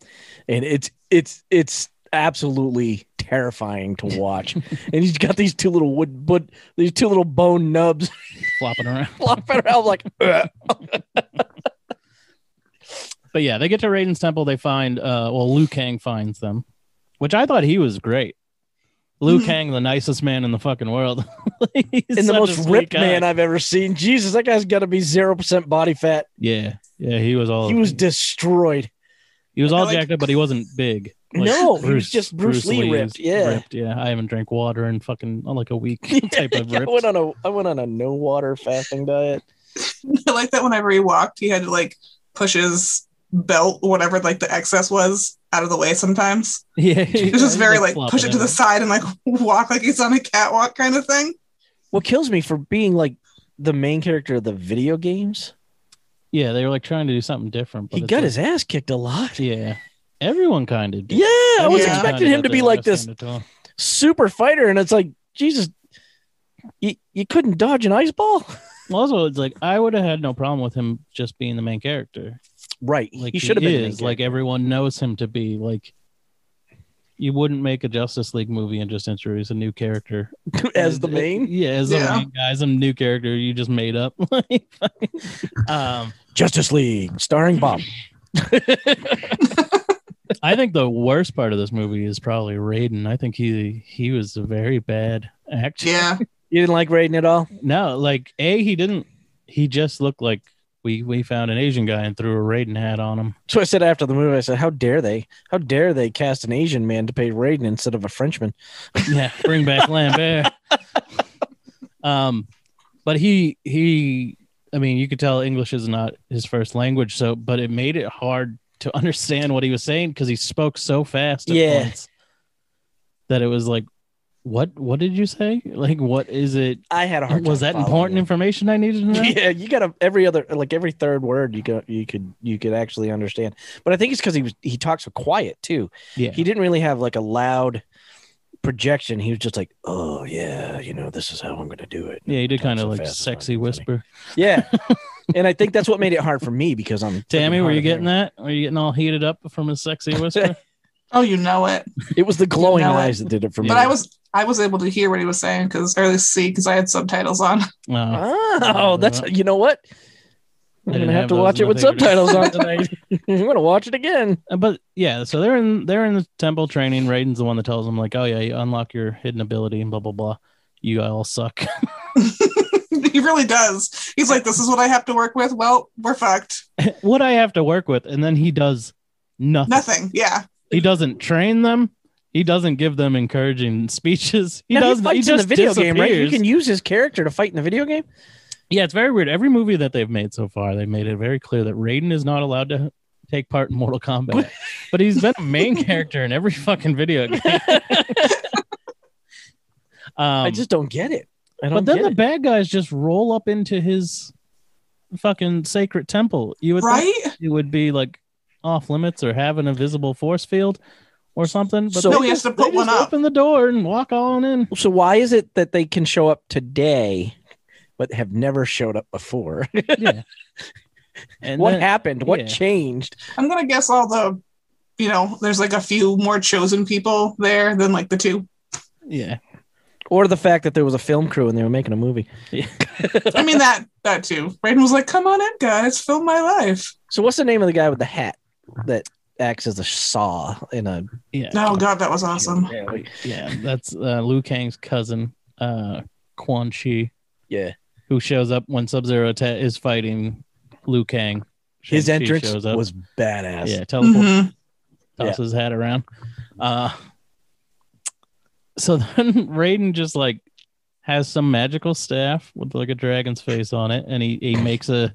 C: And it's it's it's absolutely terrifying to watch. and he's got these two little wood but these two little bone nubs
B: Flopping around.
C: flopping around like "Ugh."
B: But yeah, they get to Raiden's temple. They find, uh, well, Liu Kang finds them, which I thought he was great. Liu
D: Mhm.
B: Kang, the nicest man in the fucking world.
C: and Hmm. the most ripped man I've ever seen. Jesus, that guy's got to be zero percent body fat.
B: yeah. Yeah. He was all,
C: He was destroyed.
B: he was
D: I
B: all
D: like-
B: jacked up, but he wasn't big.
C: No, he was just Bruce Lee
B: Lee's
C: ripped, yeah.
B: ripped, yeah. I haven't drank water in fucking oh, like a week type of
C: I
B: ripped.
C: went on a I went on a no water fasting diet.
D: I like that whenever he walked, he had to like push his belt, whatever like the excess was, out of the way sometimes.
B: yeah,
D: It was just very like push it to the side and like walk like he's on a catwalk kind of thing.
C: What kills me for being like the main character of the video games,
B: Yeah, they were like trying to do something different. But
C: he
B: it's
C: got
B: like-
C: his ass kicked a lot.
B: Yeah, everyone kind of.
C: Yeah, I was
D: Yeah.
C: expecting him to be like this super fighter, and it's like Jesus, you, you couldn't dodge an ice ball,
B: Also, it's like I would have had no problem with him just being the main character.
C: right?
B: Like
C: he should have been the main
B: is, like
C: character.
B: everyone knows him to be. Like you wouldn't make a Justice League movie and just introduce a new character
C: as the main
B: Yeah, as the
D: Yeah.
B: main guy, as a new character you just made up. um,
C: Justice League starring Bob.
B: I think the worst part of this movie is probably Raiden. I think he he was a very bad actor.
D: Yeah.
C: You didn't like Raiden at all?
B: No, like a he didn't. He just looked like we we found an Asian guy and threw a Raiden hat on him.
C: So I said after the movie, I said, "How dare they? How dare they cast an Asian man to play Raiden instead of a Frenchman?"
B: Yeah, bring back Lambert. um, but he he. I mean, you could tell English is not his first language, so but it made it hard to understand what he was saying because he spoke so fast. At
C: Yeah.
B: points that it was like, what what did you say? Like, what is it?
C: I had a hard.
B: Was that
C: time following
B: important information I needed to know?
C: him. Yeah, you got a, every other like every third word you got you could you could actually understand. But I think it's because he was he talks so quiet too.
B: Yeah.
C: He didn't really have like a loud projection, he was just like, "Oh yeah, you know, this is how I'm going to do it."
B: Yeah, he did
C: Talk
B: kind of
C: so
B: like
C: fast, it's
B: sexy
C: not funny.
B: whisper.
C: Yeah, and I think that's what made it hard for me because I'm
B: Tammy,
C: freaking
B: were
C: hard
B: you
C: of
B: getting
C: hearing.
B: that? Were you getting all heated up from his sexy whisper?
D: Oh, you know it.
C: It was the glowing
D: You know it.
C: eyes that did it for me.
D: But I was I was able to hear what he was saying because or at least see because I had subtitles on.
B: No.
C: Oh, that's you know what? I'm
B: didn't
C: gonna have
B: have
C: to
B: those
C: watch
B: in the
C: it with
B: theater.
C: subtitles on tonight. I'm gonna watch it again.
B: Uh, but yeah, so they're in they're in the temple training. Raiden's the one that tells them like, "Oh yeah, you unlock your hidden ability and blah blah blah. You all suck."
D: he really does. He's like, this is what I have to work with. Well, we're fucked.
B: what I have to work with, and then he does nothing.
D: Nothing. Yeah.
B: He doesn't train them. He doesn't give them encouraging speeches. He
C: Now,
B: does. He,
C: fights
B: just
C: in the video game, right? You
B: disappears.
C: can use his character to fight in the video game.
B: Yeah, it's very weird. Every movie that they've made so far, they made it very clear that Raiden is not allowed to take part in Mortal Kombat. but he's been a main character in every fucking video game. um,
C: I just don't get it. I don't
B: but then
C: get
B: the
C: it.
B: bad guys just roll up into his fucking sacred temple. You would think
D: Right?
B: it would be like off limits or have an invisible force field or something. But
C: So-
B: they
D: No, he has
B: just-
D: to put
B: they just
D: one up.
B: Open the door and walk on in.
C: So why is it that they can show up today, but have never showed up before?
B: Yeah. And
C: what
B: then-
C: happened? What
B: yeah.
C: changed?
D: I'm gonna guess all the you know, there's like a few more chosen people there than like the two.
B: yeah.
C: Or the fact that there was a film crew and they were making a movie.
D: I mean that that too. Raiden was like, come on in, guys, film my life.
C: So what's the name of the guy with the hat that acts as a saw in a?
B: Yeah.
D: Oh god, that was awesome.
C: Yeah, like-
B: Yeah, that's uh, Liu Kang's cousin, uh, Quan Chi,
C: yeah.
B: who shows up when Sub Zero ta is fighting Liu Kang.
C: His
B: Shang-Chi
C: entrance
B: shows up.
C: was badass.
B: yeah, teleport
D: Mhm.
B: tosses his hat around. Uh, so then Raiden just like has some magical staff with like a dragon's face on it, and he he makes a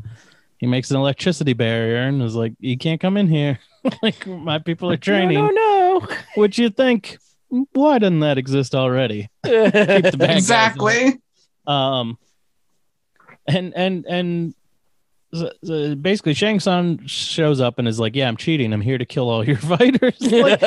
B: he makes an electricity barrier and is like, "You can't come in here." like my people are training,
C: No, no,
B: which you think, why doesn't that exist already?
C: no.
B: Keep the bad guys out
D: Exactly.
B: um and and and so, so basically shang Tsung shows up and is like yeah i'm cheating i'm here to kill all your fighters like,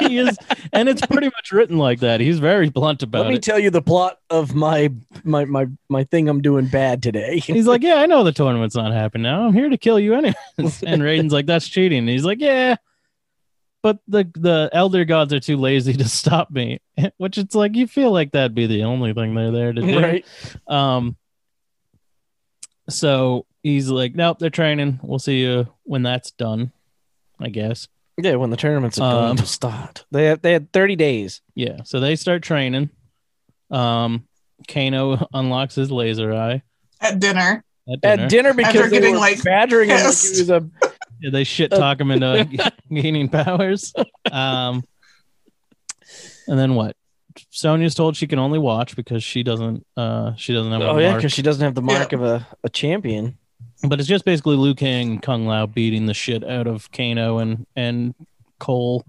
B: he is and it's pretty much written like that he's very blunt
C: Let
B: about
C: me
B: it
C: tell you the plot of my my my my thing. I'm doing bad today.
B: he's like yeah i know the tournament's not happening now i'm here to kill you anyways and raiden's like that's cheating and he's like yeah but the the elder gods are too lazy to stop me which it's like you feel like that'd be the only thing they're there to do
C: right?
B: Um, so he's like, nope, they're training. We'll see you when that's done, I guess.
C: Yeah, when the tournament's going
B: Um,
C: to start, they had, they had 30 days.
B: Yeah. So they start training. Um, Kano unlocks his laser eye
D: At dinner.
B: at dinner.
C: at dinner because they
D: getting,
C: were
D: like,
C: badgering him like
D: pissed.
C: he was a
B: Yeah, they shit talk him into gaining powers. Um, and then what? Sonya's told she can only watch because she doesn't. Uh, she doesn't have. a
C: oh yeah
B: mark.
C: because she doesn't have the mark
D: Yeah.
C: of a, a champion.
B: but it's just basically Liu Kang and Kung Lao beating the shit out of Kano and and Cole.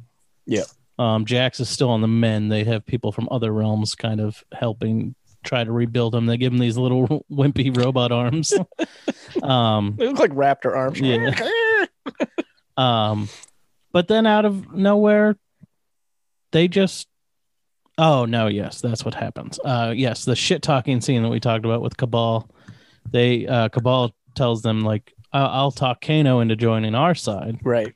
C: Yeah.
B: Um, Jax is still on the men. They have people from other realms kind of helping try to rebuild him. They give him these little wimpy robot arms. um,
C: They look like raptor arms.
B: Yeah. um, but then out of nowhere, they just. Oh no! Yes, that's what happens. Uh, yes, the shit talking scene that we talked about with Cabal. They uh, Cabal tells them like, I- "I'll talk Kano into joining our side,
C: right.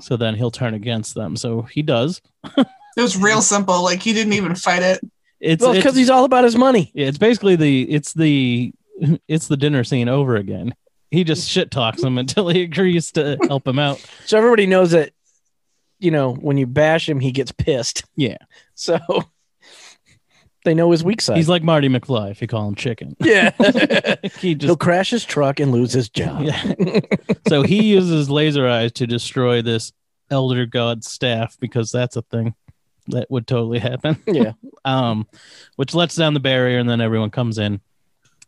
B: so then he'll turn against them." So he does.
D: It was
B: Mm-hmm.
D: real simple. Like he didn't even fight it.
B: It's
C: Well,
B: it's,
C: because he's all about his money.
B: yeah, it's basically the it's the it's the dinner scene over again. He just shit talks him until he agrees to help him out.
C: So everybody knows that, you know, when you bash him, he gets pissed.
B: Yeah.
C: So they know his weak side.
B: He's like Marty McFly if you call him chicken.
C: yeah.
B: He just
C: He'll crash his truck and lose his job.
B: Yeah. so he uses laser eyes to destroy this elder god staff because that's a thing that would totally happen.
C: Yeah.
B: Um, which lets down the barrier and then everyone comes in.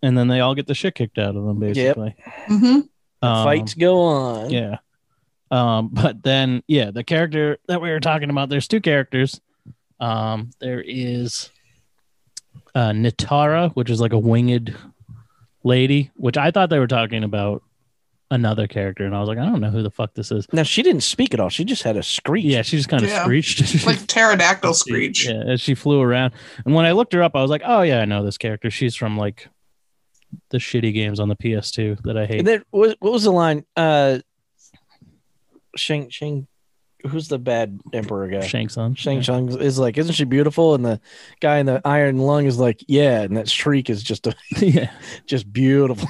B: And then they all get the shit kicked out of them, basically.
D: hmm
B: Um,
C: Fights go on.
B: Yeah. Um, but then yeah, the character that we were talking about, there's two characters. Um, there is uh Nitara, which is like a winged lady, which I thought they were talking about another character, and I was like, I don't know who the fuck this is.
C: Now she didn't speak at all. She just had a screech.
B: Yeah, she just kind of
D: Yeah.
B: screeched.
D: like pterodactyl
B: She-
D: screech.
B: Yeah, as she flew around. And when I looked her up, I was like, oh, yeah, I know this character. She's from like the shitty games on the PS2 that I hate.
C: And then what, what was the line? Uh, Shang Shang, who's the bad emperor guy?
B: Shang Tsung.
C: Shang Chung is like, isn't she beautiful? And the guy in the iron lung is like, yeah. And that shriek is just a,
B: yeah.
C: just beautiful.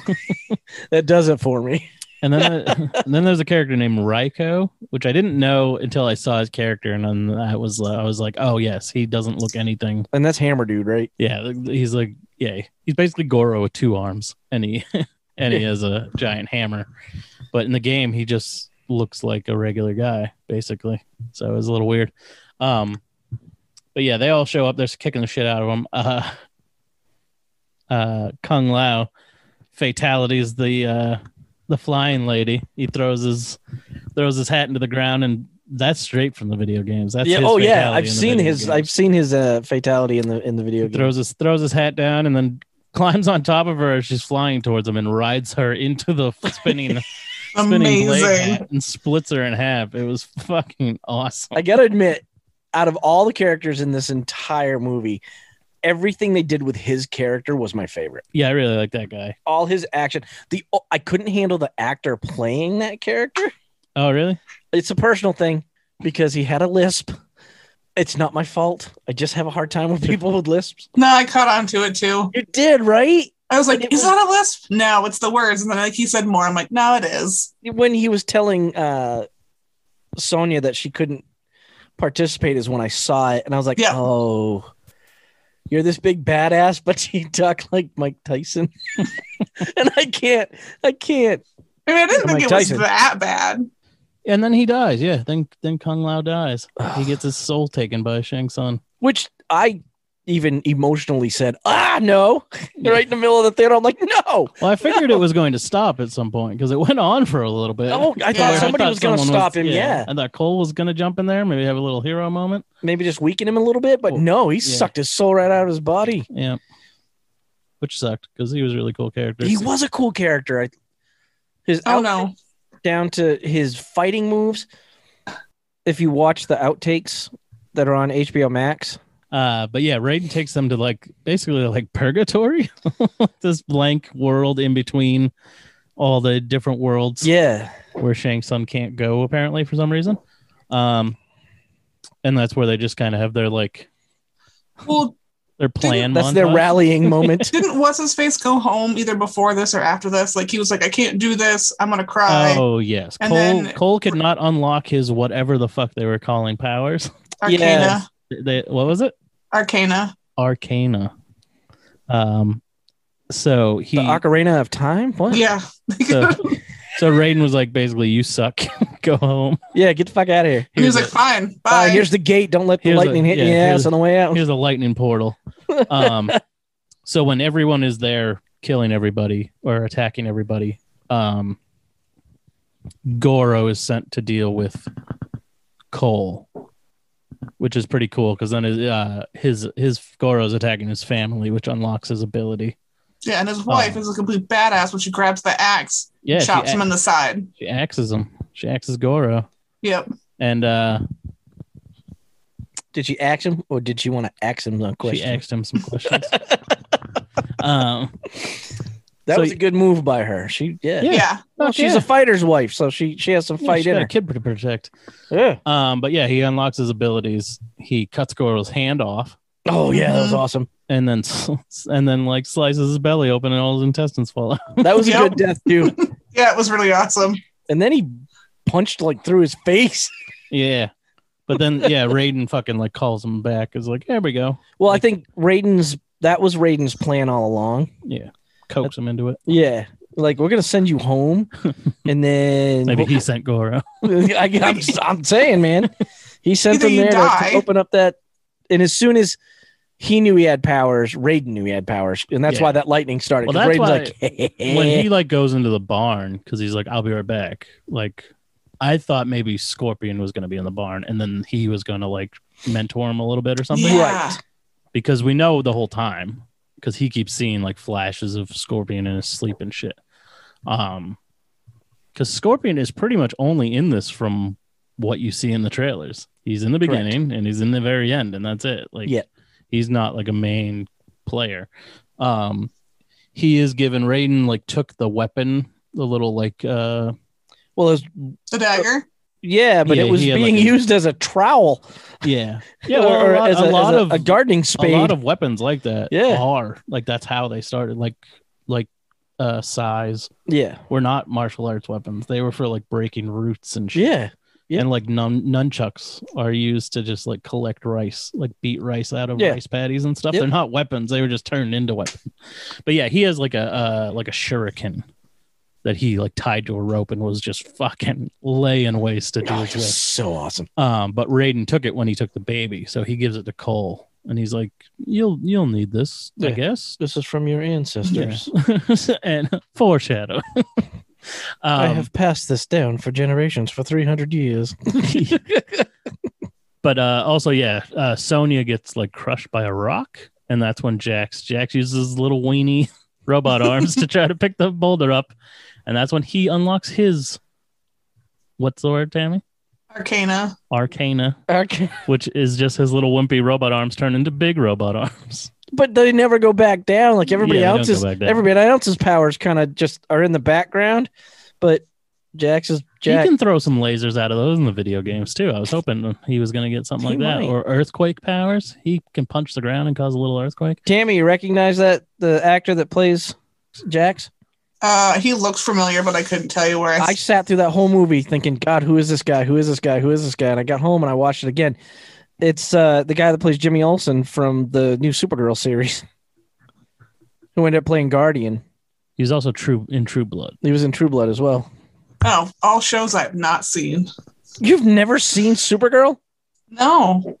C: that does it for me.
B: And then, and then there's a character named Raiko, which I didn't know until I saw his character, and then I was uh, I was like, oh yes, he doesn't look anything.
C: And that's Hammer Dude, right?
B: Yeah, he's like, yeah, he's basically Goro with two arms, and he and he has a giant hammer. But in the game, he just looks like a regular guy, basically. So it was a little weird. Um, but yeah, they all show up. They're kicking the shit out of him. Uh, uh, Kung Lao fatalities the uh, the flying lady. He throws his throws his hat into the ground, and that's straight from the video games. That's
C: yeah.
B: his
C: Oh yeah,
B: fatality
C: I've
B: in the
C: seen
B: video
C: his.
B: games.
C: I've seen his uh, fatality in the in the video
B: He
C: game.
B: throws his throws his hat down and then climbs on top of her as she's flying towards him and rides her into the spinning spinning blade
D: Amazing.
B: hat and splits her in half. It was fucking awesome.
C: I gotta admit, out of all the characters in this entire movie, everything they did with his character was my favorite.
B: Yeah, I really like that guy.
C: All his action, the oh, I couldn't handle the actor playing that character.
B: Oh, really?
C: It's a personal thing because he had a lisp. It's not my fault. I just have a hard time with people with lisps.
D: No, I caught on to it too.
C: You did right
D: I was like,
C: It
D: is
C: was-
D: that a lisp? No, it's the words. And then like he said more. I'm like, no, it is.
C: when he was telling uh, Sonia that she couldn't participate. Is when I saw it, and I was like,
D: Yeah.
C: oh. You're this big badass, but you talk like Mike Tyson, and I can't, I can't
D: I mean, I didn't
C: Mike
D: think it
C: Tyson.
D: was that bad.
B: And then he dies. Yeah, then then Kung Lao dies. he gets his soul taken by Shang Tsung.
C: which I even emotionally said, ah, no, right in the middle of the theater. I'm like, no.
B: Well, I figured it was going to stop at some point because it went on for a little bit.
C: Oh, I
D: Yeah,
C: thought somebody was going to
B: someone
C: stop him. Yeah.
B: I thought Cole was going to jump in there, maybe have a little hero moment.
C: Maybe just weaken him a little bit, but
B: Well,
C: no, he
B: yeah.
C: sucked his soul right out of his body.
B: Yeah, which sucked because he was a really cool character.
C: He was a cool character. I, his
D: Oh
C: outfit
D: no.
C: down to his fighting moves. If you watch the outtakes that are on HBO Max,
B: Uh, but yeah, Raiden takes them to like basically like purgatory, this blank world in between all the different worlds
C: yeah,
B: where Shang Tsung can't go apparently for some reason. Um, and that's where they just kind of have their like
D: Well,
B: their plan.
C: that's their
B: montage.
C: rallying moment.
D: didn't what's his face go home either before this or after this? Like he was like, I can't do this. I'm gonna cry.
B: Oh yes,
D: And
B: Cole.
D: then-
B: Cole could not unlock his whatever the fuck they were calling powers.
D: Arcana.
C: yes.
B: They, what was it?
D: Arcana.
B: Arcana. Um, so he
C: the Ocarina of Time. What?
D: Yeah.
B: so, so Raiden was like basically you suck, go home.
C: yeah, get the fuck out of here.
D: He was
B: Here's
D: like,
B: a-
D: fine,
C: Uh,
D: bye.
C: here's the gate. Don't let the
B: Here's a-
C: lightning hit
B: yeah,
C: in your
B: here's
C: ass
B: a-
C: on the way out.
B: here's a lightning portal. Um, so when everyone is there killing everybody or attacking everybody, um, Goro is sent to deal with Cole, which is pretty cool because then his, uh, his his Goro's attacking his family, which unlocks his ability.
D: yeah, and his wife
B: Oh.
D: is a complete badass when she grabs the axe,
B: Yeah, she,
D: chops him
B: a-
D: in the side.
B: she axes him. She axes Goro,
D: Yep.
B: and uh,
C: Did she axe him or did she want to axe him on
B: she
C: question?
B: asked him some questions. um,
C: That
B: so
C: was
B: y-
C: a good move by her. She yeah.
D: Yeah.
B: Yeah.
C: Well, she's
B: yeah.
C: a fighter's wife, so she she has some
B: yeah,
C: fight
B: she's
C: in
B: got
C: her.
B: a kid to protect.
C: Yeah.
B: Um, but yeah, he unlocks his abilities. He cuts Goro's hand off,
C: Oh yeah, that was
B: Mm-hmm.
D: Mhm.
C: awesome.
B: and then and then like slices his belly open, and all his intestines fall out.
C: That was a
D: Yep.
C: good death too.
D: Yeah, it was really awesome.
C: And then he punched like through his face.
B: yeah, but then yeah, Raiden fucking like calls him back. Is like, here we go.
C: Well, I
B: Like-
C: think Raiden's that was Raiden's plan all along.
B: Yeah, coax him into it.
C: Yeah. Like we're gonna send you home, and then
B: Maybe he sent Goro.
C: I, am I'm saying, man, he sent
D: Either
C: him
D: you
C: there to, to
D: die-
C: open up that. And as soon as he knew he had powers, Raiden knew he had powers, and that's
B: Yeah.
C: why that lightning started.
B: Well,
C: 'cause
B: that's
C: Raiden's
B: why
C: like,
B: when he like goes into the barn because he's like, I'll be right back. Like, I thought maybe Scorpion was gonna be in the barn, and then he was gonna like mentor him a little bit or something.
D: Yeah.
C: Right.
B: because we know the whole time because he keeps seeing like flashes of scorpion in his sleep and shit um because Scorpion is pretty much only in this from what you see in the trailers. He's in the
C: Correct.
B: beginning and he's in the very end, and that's it. Like,
C: Yeah.
B: he's not like a main player. Um, he is given Raiden like took the weapon, the little like uh,
C: Well, it was,
D: The dagger.
C: yeah, but
B: Yeah,
C: it was
B: he had, like,
C: being
B: a-
C: used as a trowel,
B: yeah,
C: or,
B: yeah, well,
C: or
B: a lot,
C: as a,
B: a lot
C: as a-
B: of
C: a gardening spade.
B: a lot of weapons like that
C: Yeah.
B: are like that's how they started. Like, like uh, size
C: yeah,
B: were not martial arts weapons. They were for like breaking roots and shit.
C: yeah, yeah.
B: and like nun- nunchucks are used to just like collect rice, like beat rice out of
C: Yeah.
B: rice paddies and stuff.
C: Yep.
B: They're not weapons; they were just turned into weapons. But yeah, he has like a uh, like a shuriken that he like tied to a rope and was just fucking laying waste to
C: Oh,
B: dudes
C: it was
B: with.
C: so awesome.
B: Um, but Raiden took it when he took the baby, so he gives it to Cole, and he's like, "You'll you'll need this, I
C: Yeah.
B: guess."
C: This is from your ancestors.
B: and foreshadow. um,
C: I have passed this down for generations for 300 years.
B: Um, but uh also yeah uh sonia gets like crushed by a rock and that's when jax jax uses his little weenie robot arms to try to pick the boulder up and that's when he unlocks his what's the word tammy
D: Arcana.
B: arcana
C: Okay.
B: which is just his little wimpy robot arms turned into big robot arms
C: But they never go back down. Like everybody
B: Yeah, they don't
C: else's,
B: go back down.
C: everybody else's powers kind of just are in the background. But Jax is Jack.
B: he can throw some lasers out of those in the video games too i was hoping he was going to get something
C: He
B: like that
C: might.
B: or earthquake powers he can punch the ground and cause a little earthquake
C: Tammy, you recognize that the actor that plays Jax?
D: Uh, he looked familiar, but I couldn't tell you where. I,
C: I sat through that whole movie thinking, God, who is this guy? Who is this guy? Who is this guy? And I got home and I watched it again. It's uh, the guy that plays Jimmy Olsen from the new Supergirl series, who ended up playing Guardian.
B: he's also true in true blood
C: He was in True Blood as well.
D: oh, all shows I've not seen.
C: You've never seen Supergirl?
D: No,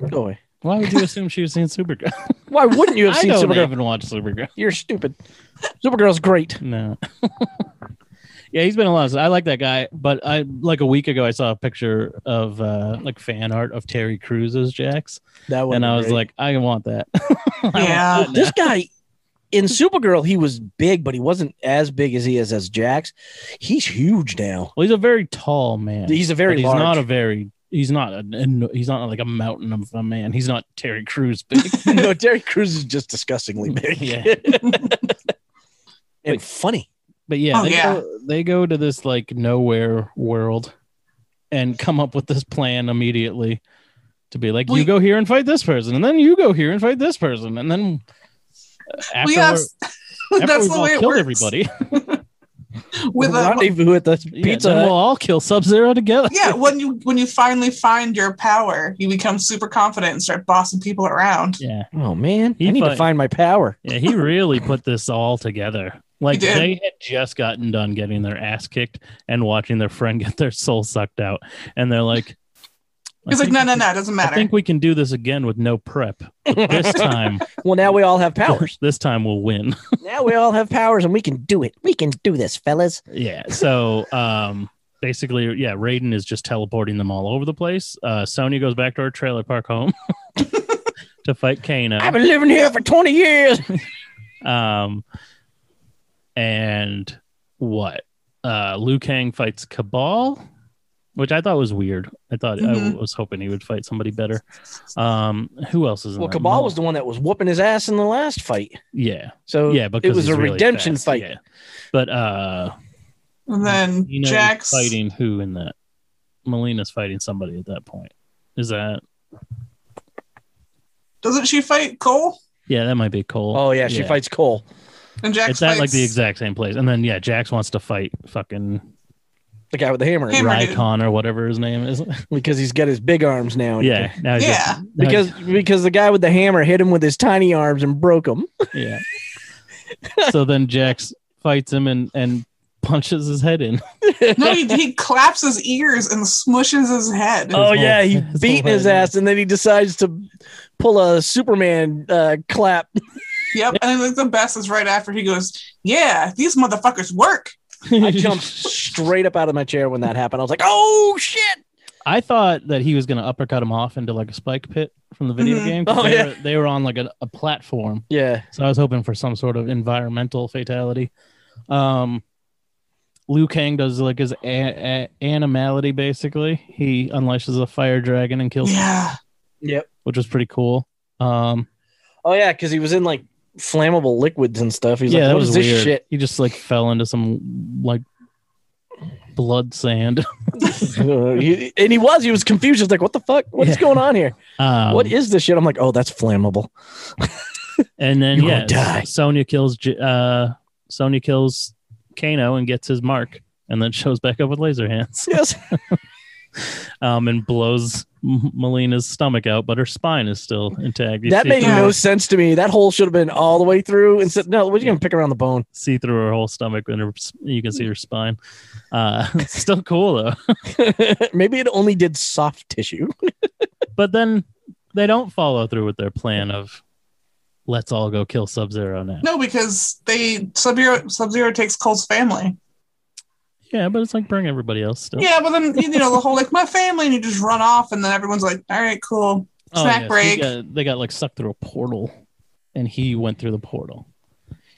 C: Boy.
B: why would you assume she was in supergirl
C: Why wouldn't you have
B: I
C: seen
B: don't
C: Supergirl?
B: even watch Supergirl.
C: You're stupid. Supergirl's great.
B: No. yeah, he's been a lot. Of, I like that guy, but I like a week ago I saw a picture of uh like fan art of Terry Crews as Jax,
C: That
B: and I was like, I want that. I want
D: Yeah.
B: that now.
C: this guy in Supergirl, he was big, but he wasn't as big as he is as Jax. He's huge now.
B: Well, he's a very tall man.
C: He's a
B: but
C: very
B: he's
C: large.
B: not a very. He's not a. an- He's not like a mountain of a man. He's not Terry Crews big.
C: no, Terry Crews is just disgustingly big.
B: Yeah.
C: and funny.
B: But yeah,
D: Oh,
B: they,
D: yeah.
B: Go, they go to this like nowhere world and come up with this plan immediately to be like,
D: We-
B: you go here and fight this person, and then you go here and fight this person, and then uh, after,
D: we
B: we're-
D: have.
B: after
D: That's
B: we've
D: the
B: all
D: way it
B: killed
D: works.
B: everybody,
D: With a,
C: rendezvous at the
B: yeah,
C: pizza.
B: then
C: Hut.
B: we'll all kill Sub Zero together.
D: yeah, when you when you finally find your power, you become super confident and start bossing people around.
B: Yeah,
C: oh man,
B: He
C: I need to
B: fight-
C: find my power.
B: yeah, he really put this all together. Like
D: did.
B: they had just gotten done getting their ass kicked and watching their friend get their soul sucked out, and they're like, I
D: He's like,
B: think
D: no,
B: we
D: no,
B: can-
D: no, it doesn't
B: I
D: matter.
B: think we can do this again with no prep. But this time,
C: Well, now we all have powers.
B: this time we'll win.
C: now we all have powers, and we can do it. We can do this, fellas.
B: Yeah. So um basically yeah, Raiden is just teleporting them all over the place. Uh Sonya goes back to her trailer park home to fight Kano.
C: I've been living here for twenty years.
B: Um and what? Uh Liu Kang fights Cabal, which I thought was weird. I thought I
D: Mhm.
B: was hoping he would fight somebody better. Um who else is in
C: Well,
B: that?
C: Cabal
B: Mo-
C: was the one that was whooping his ass in the last fight,
B: Yeah.
C: so
B: Yeah, because
C: it was
B: he's
C: a
B: really
C: redemption
B: fast,
C: fight.
B: yeah. But uh
D: and then
B: you know
D: Jax
B: fighting who in that? Melina's fighting somebody at that point. Is that
D: doesn't she fight Cole?
B: yeah, that might be Cole.
C: Oh yeah, she fights Cole.
D: And Jax
B: It's at like
D: fights-
B: the exact same place. And then yeah, Jax wants to fight fucking
C: The guy with the hammer,
D: Hammer. dude.
B: Rykon or whatever his name is.
C: because he's got his big arms now.
B: yeah. Now he
D: Yeah.
B: gets- now he-
C: because because the guy with the hammer hit him with his tiny arms and broke him.
B: yeah. so then Jax fights him and and punches his head in.
D: no, he, he claps his ears and smushes his head.
B: Oh,
C: Oh
B: whole-
C: yeah, he
B: his whole
C: beat his
B: head, yeah.
C: ass, and then he decides to pull a Superman uh, clap.
D: Yep. And then the best is right after he goes, Yeah, these motherfuckers work.
C: I jumped straight up out of my chair when that happened. I was like, "Oh shit!"
B: I thought that he was gonna uppercut him off into like a spike pit from the video
D: Mhm.
B: game. 'cause
C: Oh,
B: they,
C: yeah.
B: were, they were on like a, a platform.
C: Yeah,
B: So I was hoping for some sort of environmental fatality. Um, Liu Kang does like his a- a- animality basically. He unleashes a fire dragon and kills,
D: Yeah.
C: Yep.
B: which was pretty cool. Um,
C: Oh yeah, because he was in like flammable liquids and stuff. He's
B: yeah,
C: like,
B: that
C: what
B: was
C: is this
B: weird.
C: shit?
B: He just like fell into some like blood sand.
C: He- and he was, he was confused. He was like, what the fuck? What is
B: Yeah.
C: going on here?
B: Um,
C: what is this shit? I'm like, oh, that's flammable.
B: And then
C: You
B: yeah,
C: gonna die.
B: Sonya kills J- uh, Sonya kills Kano and gets his mark, and then shows back up with laser hands
C: Yes.
B: um, and blows M- Melina's stomach out, but her spine is still intact. You
C: that
B: see
C: made
B: through,
C: no sense to me. That hole should have been all the way through. Instead, no, what are you gonna pick around the bone?
B: see through her whole stomach, and her, s- you can see her spine. Uh, still cool though.
C: Maybe it only did soft tissue.
B: But then they don't follow through with their plan of let's all go kill Sub Zero now.
D: No, because they Sub Zero takes Cole's family.
B: Yeah, but it's like bring everybody else still.
D: Yeah, but then you know the whole like my family, and you just run off, and then everyone's like, "All right, cool." snack
B: Oh, he
D: break.
B: got- they got like sucked through a portal, and he went through the portal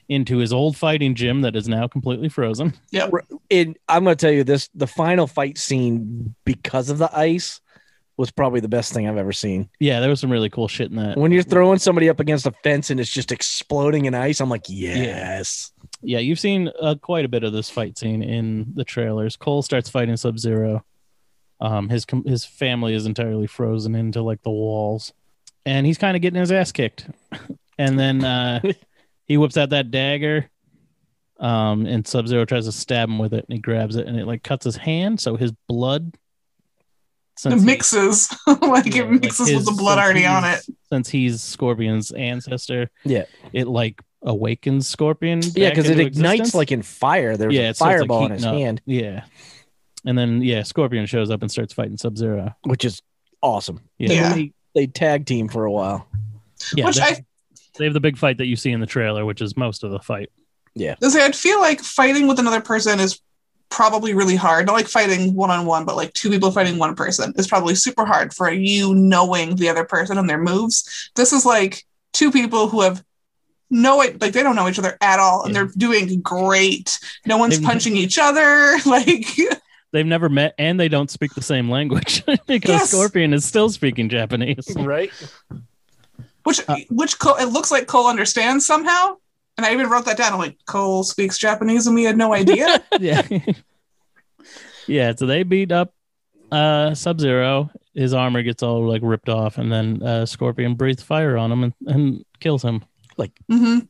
B: into his old fighting gym that is now completely frozen.
C: And I'm gonna tell you this: the final fight scene, because of the ice, was probably the best thing I've ever seen.
B: Yeah, there was some really cool shit in that.
C: When you're throwing somebody up against a fence and it's just exploding in ice, I'm like, yes.
B: Yeah, you've seen uh, quite a bit of this fight scene in the trailers. Cole starts fighting Sub Zero. Um, his com- his family is entirely frozen into like the walls, and he's kind of getting his ass kicked. and then uh, he whips out that dagger, um, and Sub Zero tries to stab him with it, and he grabs it, and it like cuts his hand, so his blood.
D: It
B: he-
D: mixes like
B: yeah,
D: it
B: like
D: mixes
B: his-
D: with the blood
B: since
D: already on it.
B: he's- Since he's Scorpion's ancestor,
C: Yeah.
B: it like awakens Scorpion.
C: Yeah,
B: back
C: because it
B: into
C: ignites
B: existence.
C: like in fire. There's
B: Yeah,
C: a
B: it starts, like,
C: fireball in his
B: heating up.
C: hand,
B: Yeah. And then yeah, Scorpion shows up and starts fighting Sub Zero.
C: which is awesome.
B: Yeah.
D: Yeah.
C: They, they tag team for a while.
B: Yeah.
D: Which
B: they,
D: I-
B: they have the big fight that you see in the trailer, which is most of the fight.
D: Because I'd feel like fighting with another person is probably really hard. Not like fighting one on one, but like two people fighting one person is probably super hard for you knowing the other person and their moves. This is like two people who have no like they don't know each other at all and
B: Yeah.
D: they're doing great. No one's
B: They've-
D: punching each other. Like
B: They've never met and they don't speak the same language because
D: Yes.
B: Scorpion is still speaking Japanese.
C: Right?
D: which
B: Uh,
D: which Cole it looks like Cole understands somehow. And I even wrote that down. I'm like, Cole speaks Japanese and we had no idea.
B: yeah. yeah, so they beat up uh Sub Zero. His armor gets all like ripped off, and then uh Scorpion breathes fire on him and, and kills him.
D: hmm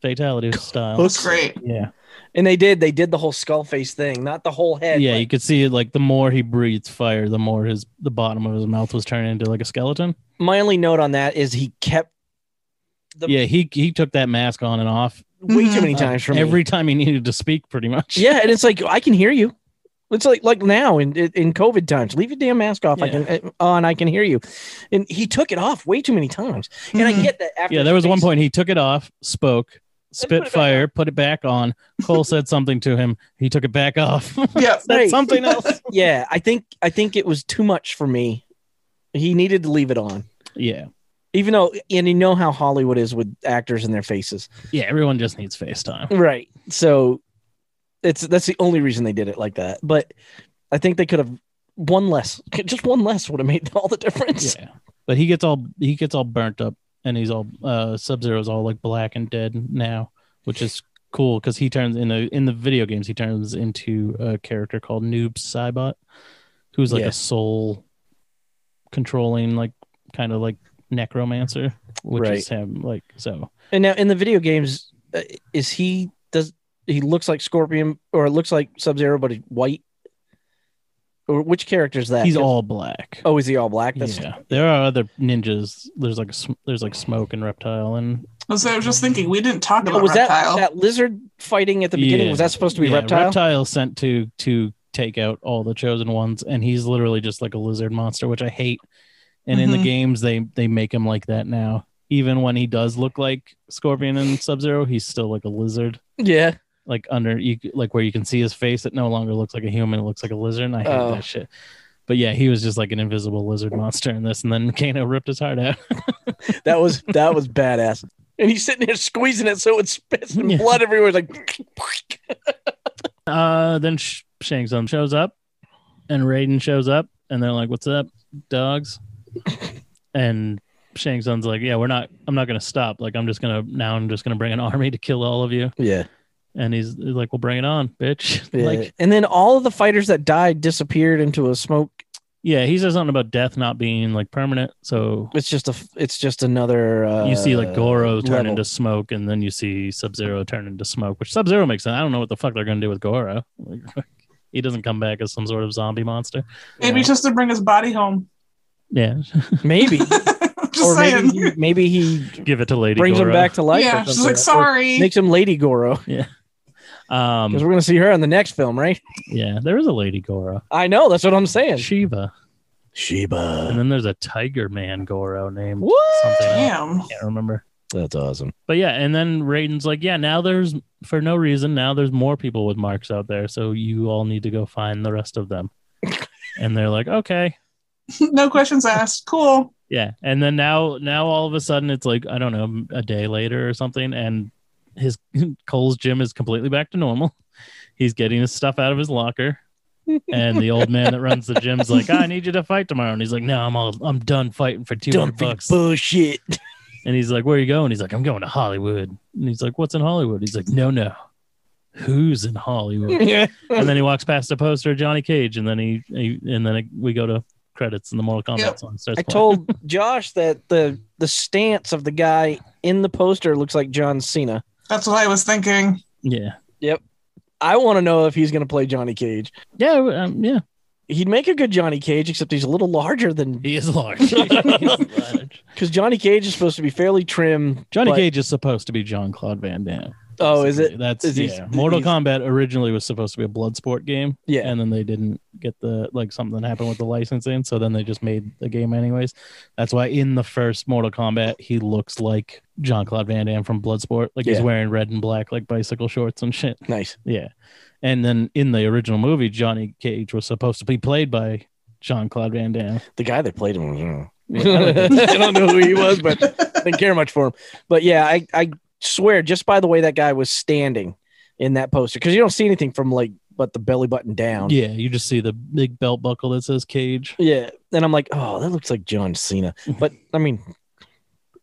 B: Fatality style.
D: Looks great.
B: Yeah.
C: And they did. They did the whole skull face thing, not the whole head.
B: Yeah,
C: but-
B: you could see it like the more he breathes fire, the more his the bottom of his mouth was turning into like a skeleton.
C: my only note on that is he kept the
B: yeah, he he took that mask on and off uh,
C: way
D: Mhm.
C: too many times from
B: every
C: every.
B: time he needed to speak, pretty much.
C: Yeah, and it's like I can hear you. It's like like now in in COVID times, leave your damn mask off. I
B: Yeah.
C: can eh, on. I can hear you, and he took it off way too many times. And I
D: Mhm.
C: get that. After
B: yeah. There was one point he took it off, spoke,
C: put it
B: spit
C: back
B: fire, put it back on. Cole said something to him. He took it back off.
D: Yep.
B: Said
C: Right.
B: something else.
C: Yeah, I think I think it was too much for me. He needed to leave it on,
B: Yeah,
C: even though and you know how Hollywood is with actors and their faces.
B: yeah. Everyone just needs FaceTime.
C: Right. So it's that's the only reason they did it like that. But I think they could have one less. Just one less would have made all the difference.
B: Yeah, but he gets all he gets all burnt up, and he's all uh, Sub Zero's all like black and dead now, which is cool because he turns in the in the video games he turns into a character called Noob Saibot, who's like
C: Yeah.
B: a soul controlling like kind of like necromancer, which
C: Right.
B: is him like so.
C: And now in the video games, uh, is he does he looks like Scorpion or it looks like Sub Zero, but he's white? Or which character is that?
B: He's
C: 'Cause-
B: all black.
C: Oh, is he all black? That's
B: yeah, there are other ninjas. There's like a, sm- there's like smoke and reptile and
D: So I was just thinking we didn't talk about
C: Oh, was
D: reptile.
C: that that lizard fighting at the beginning?
B: Yeah.
C: Was that supposed to be
B: Yeah,
C: reptile?
B: sent to to take out all the chosen ones, and he's literally just like a lizard monster, which I hate. And in the
C: Mm-hmm.
D: Mhm.
B: games, they they make him like that now. Even when he does look like Scorpion and Sub Zero, he's still like a lizard,
C: Yeah.
B: like under you, like where you can see his face. It no longer looks like a human; it looks like a lizard. And I hate
C: Oh.
B: that shit. But yeah, he was just like an invisible lizard monster in this, and then Kano ripped his heart out.
C: That was that was badass. and he's sitting there squeezing it so it's spitting
B: Yeah.
C: blood everywhere. It's like,
B: Uh, then Sh- Shang Tsung shows up, and Raiden shows up, and they're like, "What's up, dogs?" and Shang Tsung's like, "Yeah, we're not. I'm not gonna stop. Like, I'm just gonna now. I'm just gonna bring an army to kill all of you."
C: yeah,
B: And he's, he's like, "Well, bring it on, bitch."
C: yeah.
B: Like,
C: and then all of the fighters that died disappeared into a smoke.
B: yeah, he says something about death not being like permanent. So
C: It's just a, it's just another. Uh,
B: you see like Goro turn
C: level.
B: into smoke, and then you see Sub Zero turn into smoke. Which Sub Zero makes sense. I don't know what the fuck they're gonna do with Goro. Like, he doesn't come back as some sort of zombie monster.
D: Maybe
C: Yeah.
D: just to bring his body home.
B: Yeah,
C: maybe,
D: just
C: or
D: saying.
C: maybe he, maybe he
B: give it to Lady.
C: brings
B: Goro. Hmm.
C: him back to life.
D: yeah,
C: or
D: she's
C: something.
D: like,
C: Or
D: sorry.
C: makes him Lady Goro
B: Um,
C: because we're gonna see her in the next film, right?
B: yeah, there is a Lady Goro,
C: I know that's what I'm saying.
B: Shiva, and
C: Sheba.
B: then there's a Tiger Man Goro named
C: What?
B: something. else.
D: Damn.
B: I can't remember.
C: That's awesome.
B: But yeah, and then Raiden's like, yeah, now there's for no reason now there's more people with marks out there, so you all need to go find the rest of them. and they're like, okay,
D: no questions asked. Cool.
B: yeah. And then now, now all of a sudden it's like I don't know, a day later or something, and his Cole's gym is completely back to normal. He's getting his stuff out of his locker. And the old man that runs the gym's like, "Ah, I need you to fight tomorrow. And he's like, No, I'm all I'm done fighting for two hundred
C: Dumping
B: bucks.
C: bullshit.
B: And he's like, Where are you going? He's like, I'm going to Hollywood. And he's like, What's in Hollywood? He's like, No, no. Who's in Hollywood?
C: yeah.
B: and then he walks past a poster of Johnny Cage, and then he, he and then we go to credits and the Mortal Kombat
D: Yep.
B: song starts.
C: I
B: playing.
C: told Josh that the the stance of the guy in the poster looks like John Cena.
D: That's what I was thinking.
B: Yeah.
C: I want to know if he's going to play Johnny Cage.
B: Yeah, um, yeah.
C: He'd make a good Johnny Cage, except he's a little larger than
B: He is large. He is large.
C: because Johnny Cage is supposed to be fairly trim.
B: Johnny
C: but-
B: Cage is supposed to be John Claude Van Damme.
C: Oh, is it?
B: That's
C: is he-
B: yeah. Mortal
C: he's-
B: Kombat originally was supposed to be a blood sport game.
C: Yeah.
B: and then they didn't get the like something happened with the licensing so then they just made the game anyways that's why in the first mortal kombat he looks like john claude van damme from bloodsport like he's
C: Yeah.
B: wearing red and black like bicycle shorts and shit
C: Nice.
B: yeah and then in the original movie johnny cage was supposed to be played by john claude van damme
C: The guy that played him. was- I don't know. I don't know who he was, but I didn't care much for him. But yeah, I, I swear, just by the way that guy was standing in that poster, because you don't see anything from like but the belly button down.
B: yeah you just see the big belt buckle that says cage
C: Yeah. And I'm like, oh, that looks like John Cena. But I mean,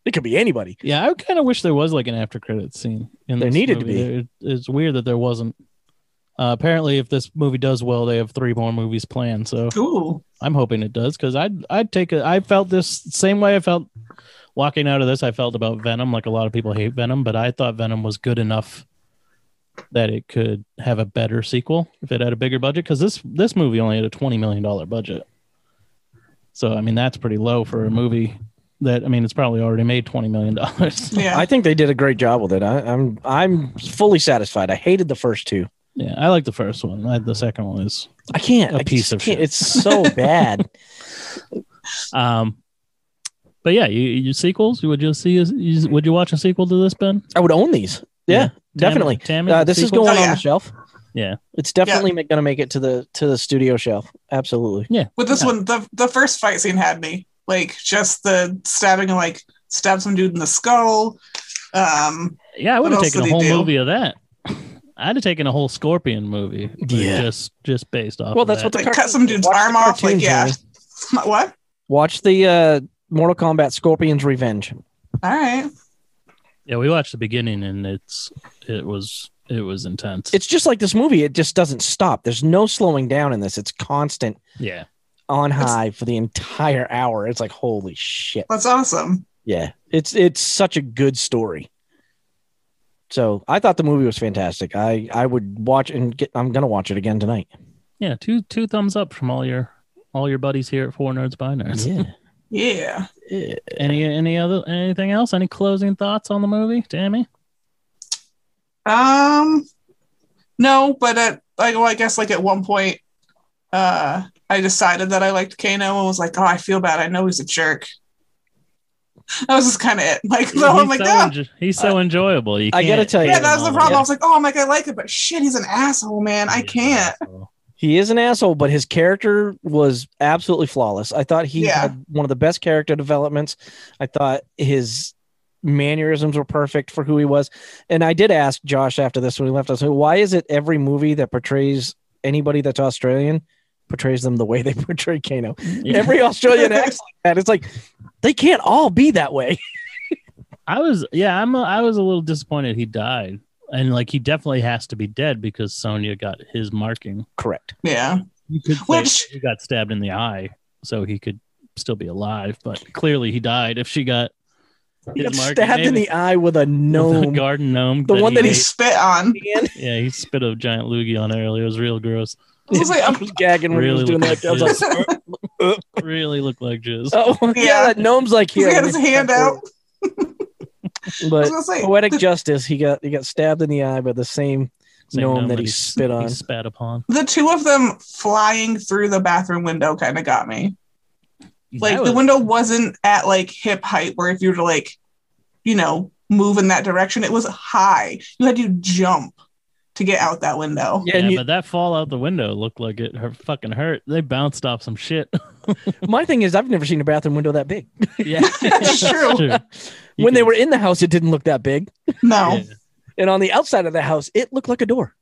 C: it could be anybody.
B: yeah i kind of wish there was like an after credit scene in
C: There
B: this
C: needed to
B: movie. It- it's weird that there wasn't uh, apparently if this movie does well they have three more movies planned so
D: Ooh.
B: I'm hoping it does because I'd I'd take a I felt this same way I felt walking out of this. I felt about Venom like a lot of people hate Venom, but I thought Venom was good enough that it could have a better sequel if it had a bigger budget. Because this this movie only had a twenty million dollar budget, so I mean that's pretty low for a movie that I mean it's probably already made twenty million dollars.
D: Yeah.
C: I think they did a great job with it. I, I'm I'm fully satisfied. I hated the first two.
B: yeah, I like the first one. I, the second one is
C: I can't.
B: A
C: I
B: piece
C: just
B: of
C: can't.
B: shit.
C: It's so bad.
B: um. But yeah, you, you sequels. Would you see? You, would you watch a sequel to this, Ben?
C: I would own these. Yeah,
B: Yeah.
C: definitely.
B: Tammy,
C: Uh, this is
B: sequels?
C: going
D: Oh,
C: on
D: yeah.
C: the shelf.
B: Yeah.
C: It's definitely going to make it to the to the studio shelf. Absolutely.
D: With this
B: Yeah.
D: one, the the first fight scene had me like just the stabbing, like stab some dude in the skull. Um,
B: Yeah, I would
D: What
B: have
D: else
B: taken a
D: did he
B: whole
D: do?
B: movie of that. I'd have taken a whole Scorpion movie. like,
C: Yeah.
B: Just just based off.
C: Well,
B: of
C: that's
B: that.
C: what the
D: Like,
C: cartoon-
D: cut some dude's
C: watch the
D: arm off,
C: cartoon,
D: like, yeah.
C: Johnny.
D: what?
C: Watch the uh, Mortal Kombat Scorpion's Revenge.
D: All right.
B: Yeah, we watched the beginning and it's it was it was intense.
C: It's just like this movie. It just doesn't stop. There's no slowing down in this. It's constant
B: yeah.
C: on
D: It's-
C: high for the entire hour. It's like holy shit.
D: That's awesome.
C: Yeah. It's it's such a good story. So I thought the movie was fantastic. I I would watch and get, I'm gonna watch it again tonight.
B: Yeah, two two thumbs up from all your all your buddies here at Four Nerds by Nerds.
C: Yeah.
D: Yeah.
C: Yeah.
B: Any any other anything else? Any closing thoughts on the movie, Tammy?
D: Um, no, but at like, well, I guess like at one point, uh, I decided that I liked Kano and was like, oh, I feel bad. I know he's a jerk. That was just kind of it. Like, no, I'm like,
B: so
D: yeah.
B: enjo- he's so enjoyable. You
C: I gotta
B: can't-
C: tell you-
D: Yeah, that was the problem. I
B: Yeah.
D: was like, oh, I'm like, I like it, but shit, he's an asshole, man. I can't.
C: He is an asshole, but his character was absolutely flawless. I thought he
D: Yeah.
C: had one of the best character developments. I thought his mannerisms were perfect for who he was. And I did ask Josh after this when he left us, why is it every movie that portrays anybody that's Australian portrays them the way they portray Kano? Every Australian acts like that. It's like they can't all be that way.
B: I was yeah, I'm a, I was a little disappointed he died. And like he definitely has to be dead because Sonya got his marking.
C: Correct.
D: Yeah.
B: You could say
D: Which-
B: he got stabbed in the eye, so he could still be alive, but clearly he died if she got
C: He got
B: his marking.
C: stabbed in
B: Maybe
C: the eye with a
B: with a
C: gnome.
B: garden gnome.
C: The one that
D: He
C: Hey.
D: spit on.
C: hand.
B: yeah, he spit a giant loogie on her earlier. It was real gross.
D: I was like,
C: I was gagging when he was
B: Really
C: doing
B: looked
C: that. I was
B: like
C: like,
D: jizz.
B: Really looked like jizz.
C: oh yeah,
D: Yeah.
C: that gnome's like
D: He's
C: here.
D: got his hand out. I was
C: But
D: gonna say,
C: poetic justice, he got he got stabbed in the eye by the same
B: Same
C: gnome that he
B: s-
C: spit on.
B: spat upon.
D: the two of them flying through the bathroom window kind of got me. Like
B: That
D: the
B: was-
D: window wasn't at like hip height where if you were to like, you know, move in that direction, it was high. You had to jump to get out that window.
C: Yeah,
B: Yeah,
C: and you-
B: but that fall out the window looked like it her fucking hurt. They bounced off some shit.
C: my thing is, I've never seen a bathroom window that big.
B: yeah,
D: That's true.
B: You
C: when they
B: can-
C: were in the house, it didn't look that big,
D: No.
B: Yeah.
C: and on the outside of the house, it looked like a door.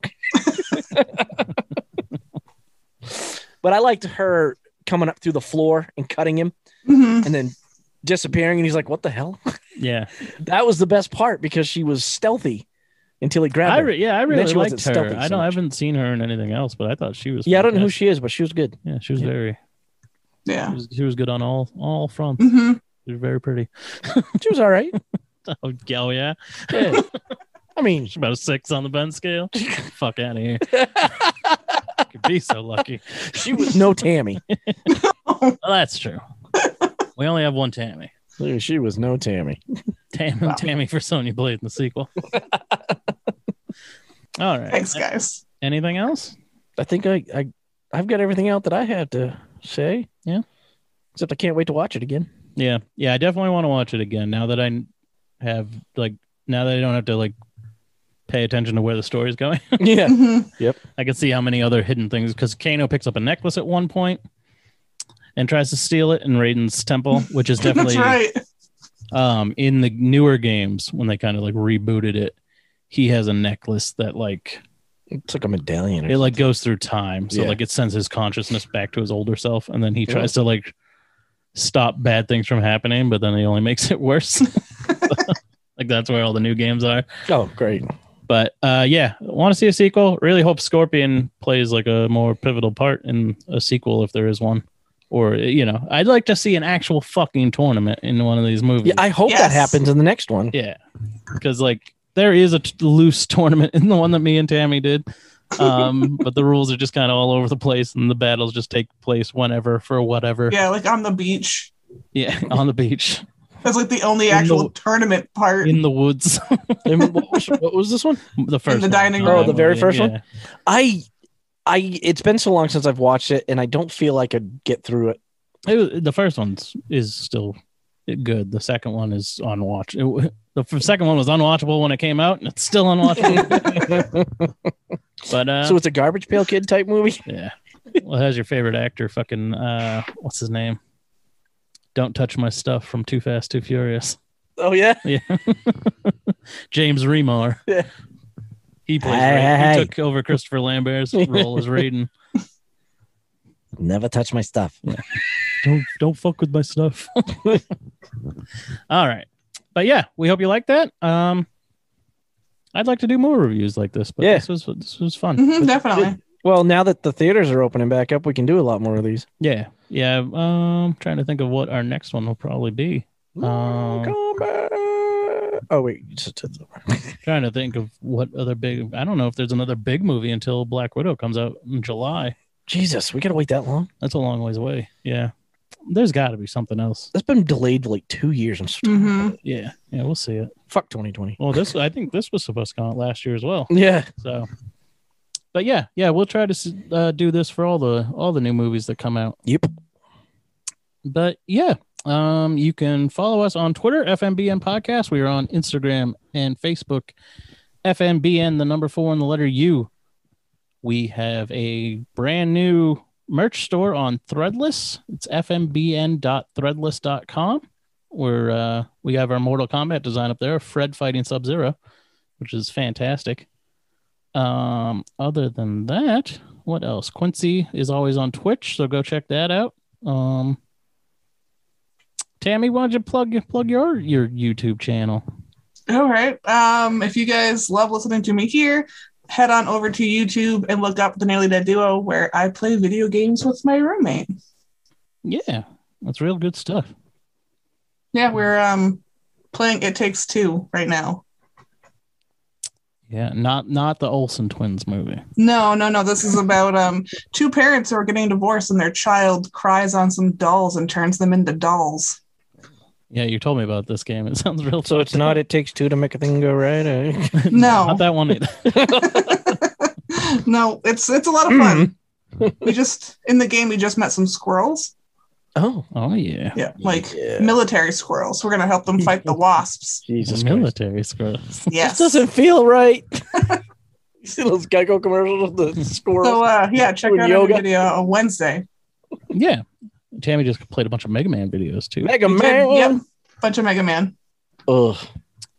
C: but I liked her coming up through the floor and cutting him,
D: Mhm.
C: and then disappearing. And he's like, "What the hell?"
B: yeah,
C: That was the best part because she was stealthy until he grabbed
B: I
C: her.
B: re- yeah, I
C: then
B: really
C: she wasn't
B: liked her.
C: stealthy
B: I
C: so
B: don't, I
C: much.
B: haven't seen her in anything else, but I thought she was.
C: yeah, I don't know who she is, but she was good.
B: yeah, she was
C: Yeah.
B: very. She
D: Yeah.
B: was, she was good on all all fronts.
D: hmm
B: She was very pretty.
C: She was all right.
B: Oh, oh yeah,
C: Yeah. I mean,
B: she's about a six on the Ben scale. Fuck out of here. Could be so lucky.
C: she was no Tammy.
B: Well, that's true. We only have one Tammy.
C: She was no Tammy.
B: Tam-
D: Wow.
B: Tammy for Sonya Blade in the sequel. All right.
D: Thanks, guys.
B: Anything else?
C: I think I, I I've got everything out that I had to say.
B: Yeah.
C: Except I can't wait to watch it again.
B: Yeah, yeah. I definitely want to watch it again now that I have like now that I don't have to like pay attention to where the story's going.
C: yeah.
D: hmm
B: I can see how many other hidden things because Kano picks up a necklace at one point and tries to steal it in Raiden's temple, which is
D: That's
B: definitely
D: right.
B: um in the newer games when they kind of like rebooted it. He has a necklace that like
C: It took a medallion.
B: it like goes through time so
C: Yeah.
B: like it sends his consciousness back to his older self and then he
C: Yeah.
B: tries to like stop bad things from happening but then he only makes it worse like that's where all the new games are
C: oh, great.
B: but uh yeah want to see a sequel really hope scorpion plays like a more pivotal part in a sequel if there is one or you know i'd like to see an actual fucking tournament in one of these movies
C: Yeah, I hope that
D: Yes.
C: happens in the next one.
B: yeah, because like there is a t- loose tournament in the one that me and Tammy did, um, but the rules are just kind of all over the place, and the battles just take place whenever for whatever.
D: Yeah, like on the beach.
B: Yeah, on the beach,
D: That's like the only
B: In
D: actual
B: the-
D: tournament part.
B: in the woods.
C: And what, was, what was this one?
B: the first, one.
D: dining
B: Yeah,
D: room. Oh,
C: the very
B: yeah,
C: first one?
B: yeah.
C: I I it's been so long since I've watched it and I don't feel I could get through it.
B: It was- the first one is still good. The second one is unwatch. It, w- the f- second one was unwatchable when it came out, and it's still unwatchable. but uh,
C: so it's a garbage pail kid type movie.
B: Yeah. Well, how's your favorite actor? Fucking uh, what's his name? Don't touch my stuff from Too Fast, Too Furious.
C: Oh yeah.
B: Yeah. James Remar.
C: Yeah.
B: He plays.
C: Hey,
B: Raiden.
C: hey, hey.
B: He took over Christopher Lambert's role as Raiden.
C: Never touch my stuff.
B: don't don't fuck with my stuff. All right, but yeah, we hope you like that. Um, I'd like to do more reviews like this, but
C: Yeah.
B: this was this was fun.
D: Mhm, definitely.
C: Well, now that the theaters are opening back up, we can do a lot more of these.
B: Yeah, yeah. Um, trying to think of what our next one will probably be.
C: Oh.
B: Um,
C: Kombat. oh wait, you just did the-
B: Trying to think of what other big. I don't know if there's another big movie until Black Widow comes out in July.
C: Jesus, we gotta wait that long.
B: That's a long ways away. Yeah, there's got to be something else.
C: That's been delayed for like two years. I'm st-
D: hmm
B: Yeah, yeah, we'll see it.
C: fuck 2020.
B: Well, this I think this was supposed to come out last year as well.
C: Yeah,
B: So, but yeah, yeah, we'll try to s- uh, do this for all the all the new movies that come out.
C: Yep.
B: But yeah, um, you can follow us on Twitter, FMBN Podcast. We are on Instagram and Facebook, FMBN, the number four and the letter U. We have a brand new merch store on Threadless. It's fmbn.threadless.com. We're uh, we have our Mortal Kombat design up there. Fred fighting Sub Zero, which is fantastic. Um, other than that, what else? Quincy is always on Twitch, so go check that out. Um, Tammy, why don't you plug plug your your YouTube channel?
D: All right. Um, if you guys love listening to me here, head on over to YouTube and look up the Nearly Dead Duo, where I play video games with my roommate.
B: Yeah, that's real good stuff.
D: Yeah, we're um playing It Takes Two right now.
B: Yeah, not not the Olsen twins movie.
D: No, no, no. This is about um two parents who are getting divorced, and their child cries on some dolls and turns them into dolls.
B: Yeah, you told me about this game. It sounds real.
C: So it's
B: fucked
C: not it takes two to make a thing go right. eh?
B: up.
D: No.
B: not that one. Either.
D: no, it's it's a lot of fun.
C: Hmm.
D: we just in the game we just met some squirrels.
C: oh,
B: Oh yeah,
D: Yeah, like
C: Yeah.
D: military squirrels. We're gonna help them fight the wasps.
C: Jesus
B: The
C: Christ.
B: military squirrels.
D: Yes.
C: This doesn't feel right. you see those Geico commercials with the squirrels?
D: So uh, yeah, check
C: Doing
D: out our
C: yoga.
D: video on Wednesday.
B: yeah, Tammy just played a bunch of Mega Man videos too.
C: Mega
D: We did-
C: Man.
D: Yep, bunch of Mega Man.
C: Ugh.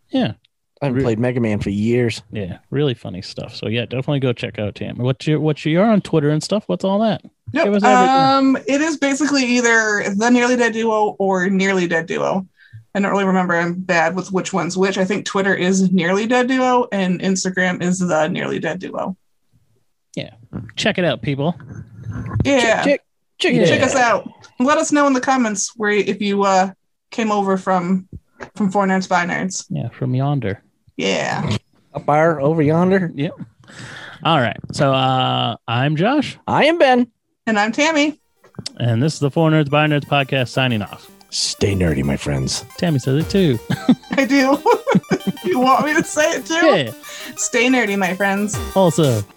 B: Yeah.
C: I haven't
B: Re-
C: played Mega Man for years.
B: Yeah, really funny stuff. So yeah, definitely go check out Tammy. What's your what's your on Twitter and stuff? What's all that?
D: Yep.
B: It was everything.
D: um, it is basically either the Nearly Dead Duo or Nearly Dead Duo. I don't really remember. I'm bad with which one's which. I think Twitter is Nearly Dead Duo and Instagram is the Nearly Dead Duo.
B: Check it out, people.
D: Yeah.
C: Check, check,
B: Yeah.
C: check,
D: check us out. Let us know in the comments where if you uh came over from from Four Nerds by Nerds.
B: Yeah, from yonder.
D: Yeah.
C: Up our over yonder.
B: All right. So uh I'm Josh,
C: I am Ben.
D: And I'm Tammy.
B: and this is the Four Nerds by Nerds podcast signing off.
C: Stay nerdy, my friends.
B: Tammy says it too.
D: I do. you want me to say it too?
B: Yeah.
D: Stay nerdy, my friends.
B: Also,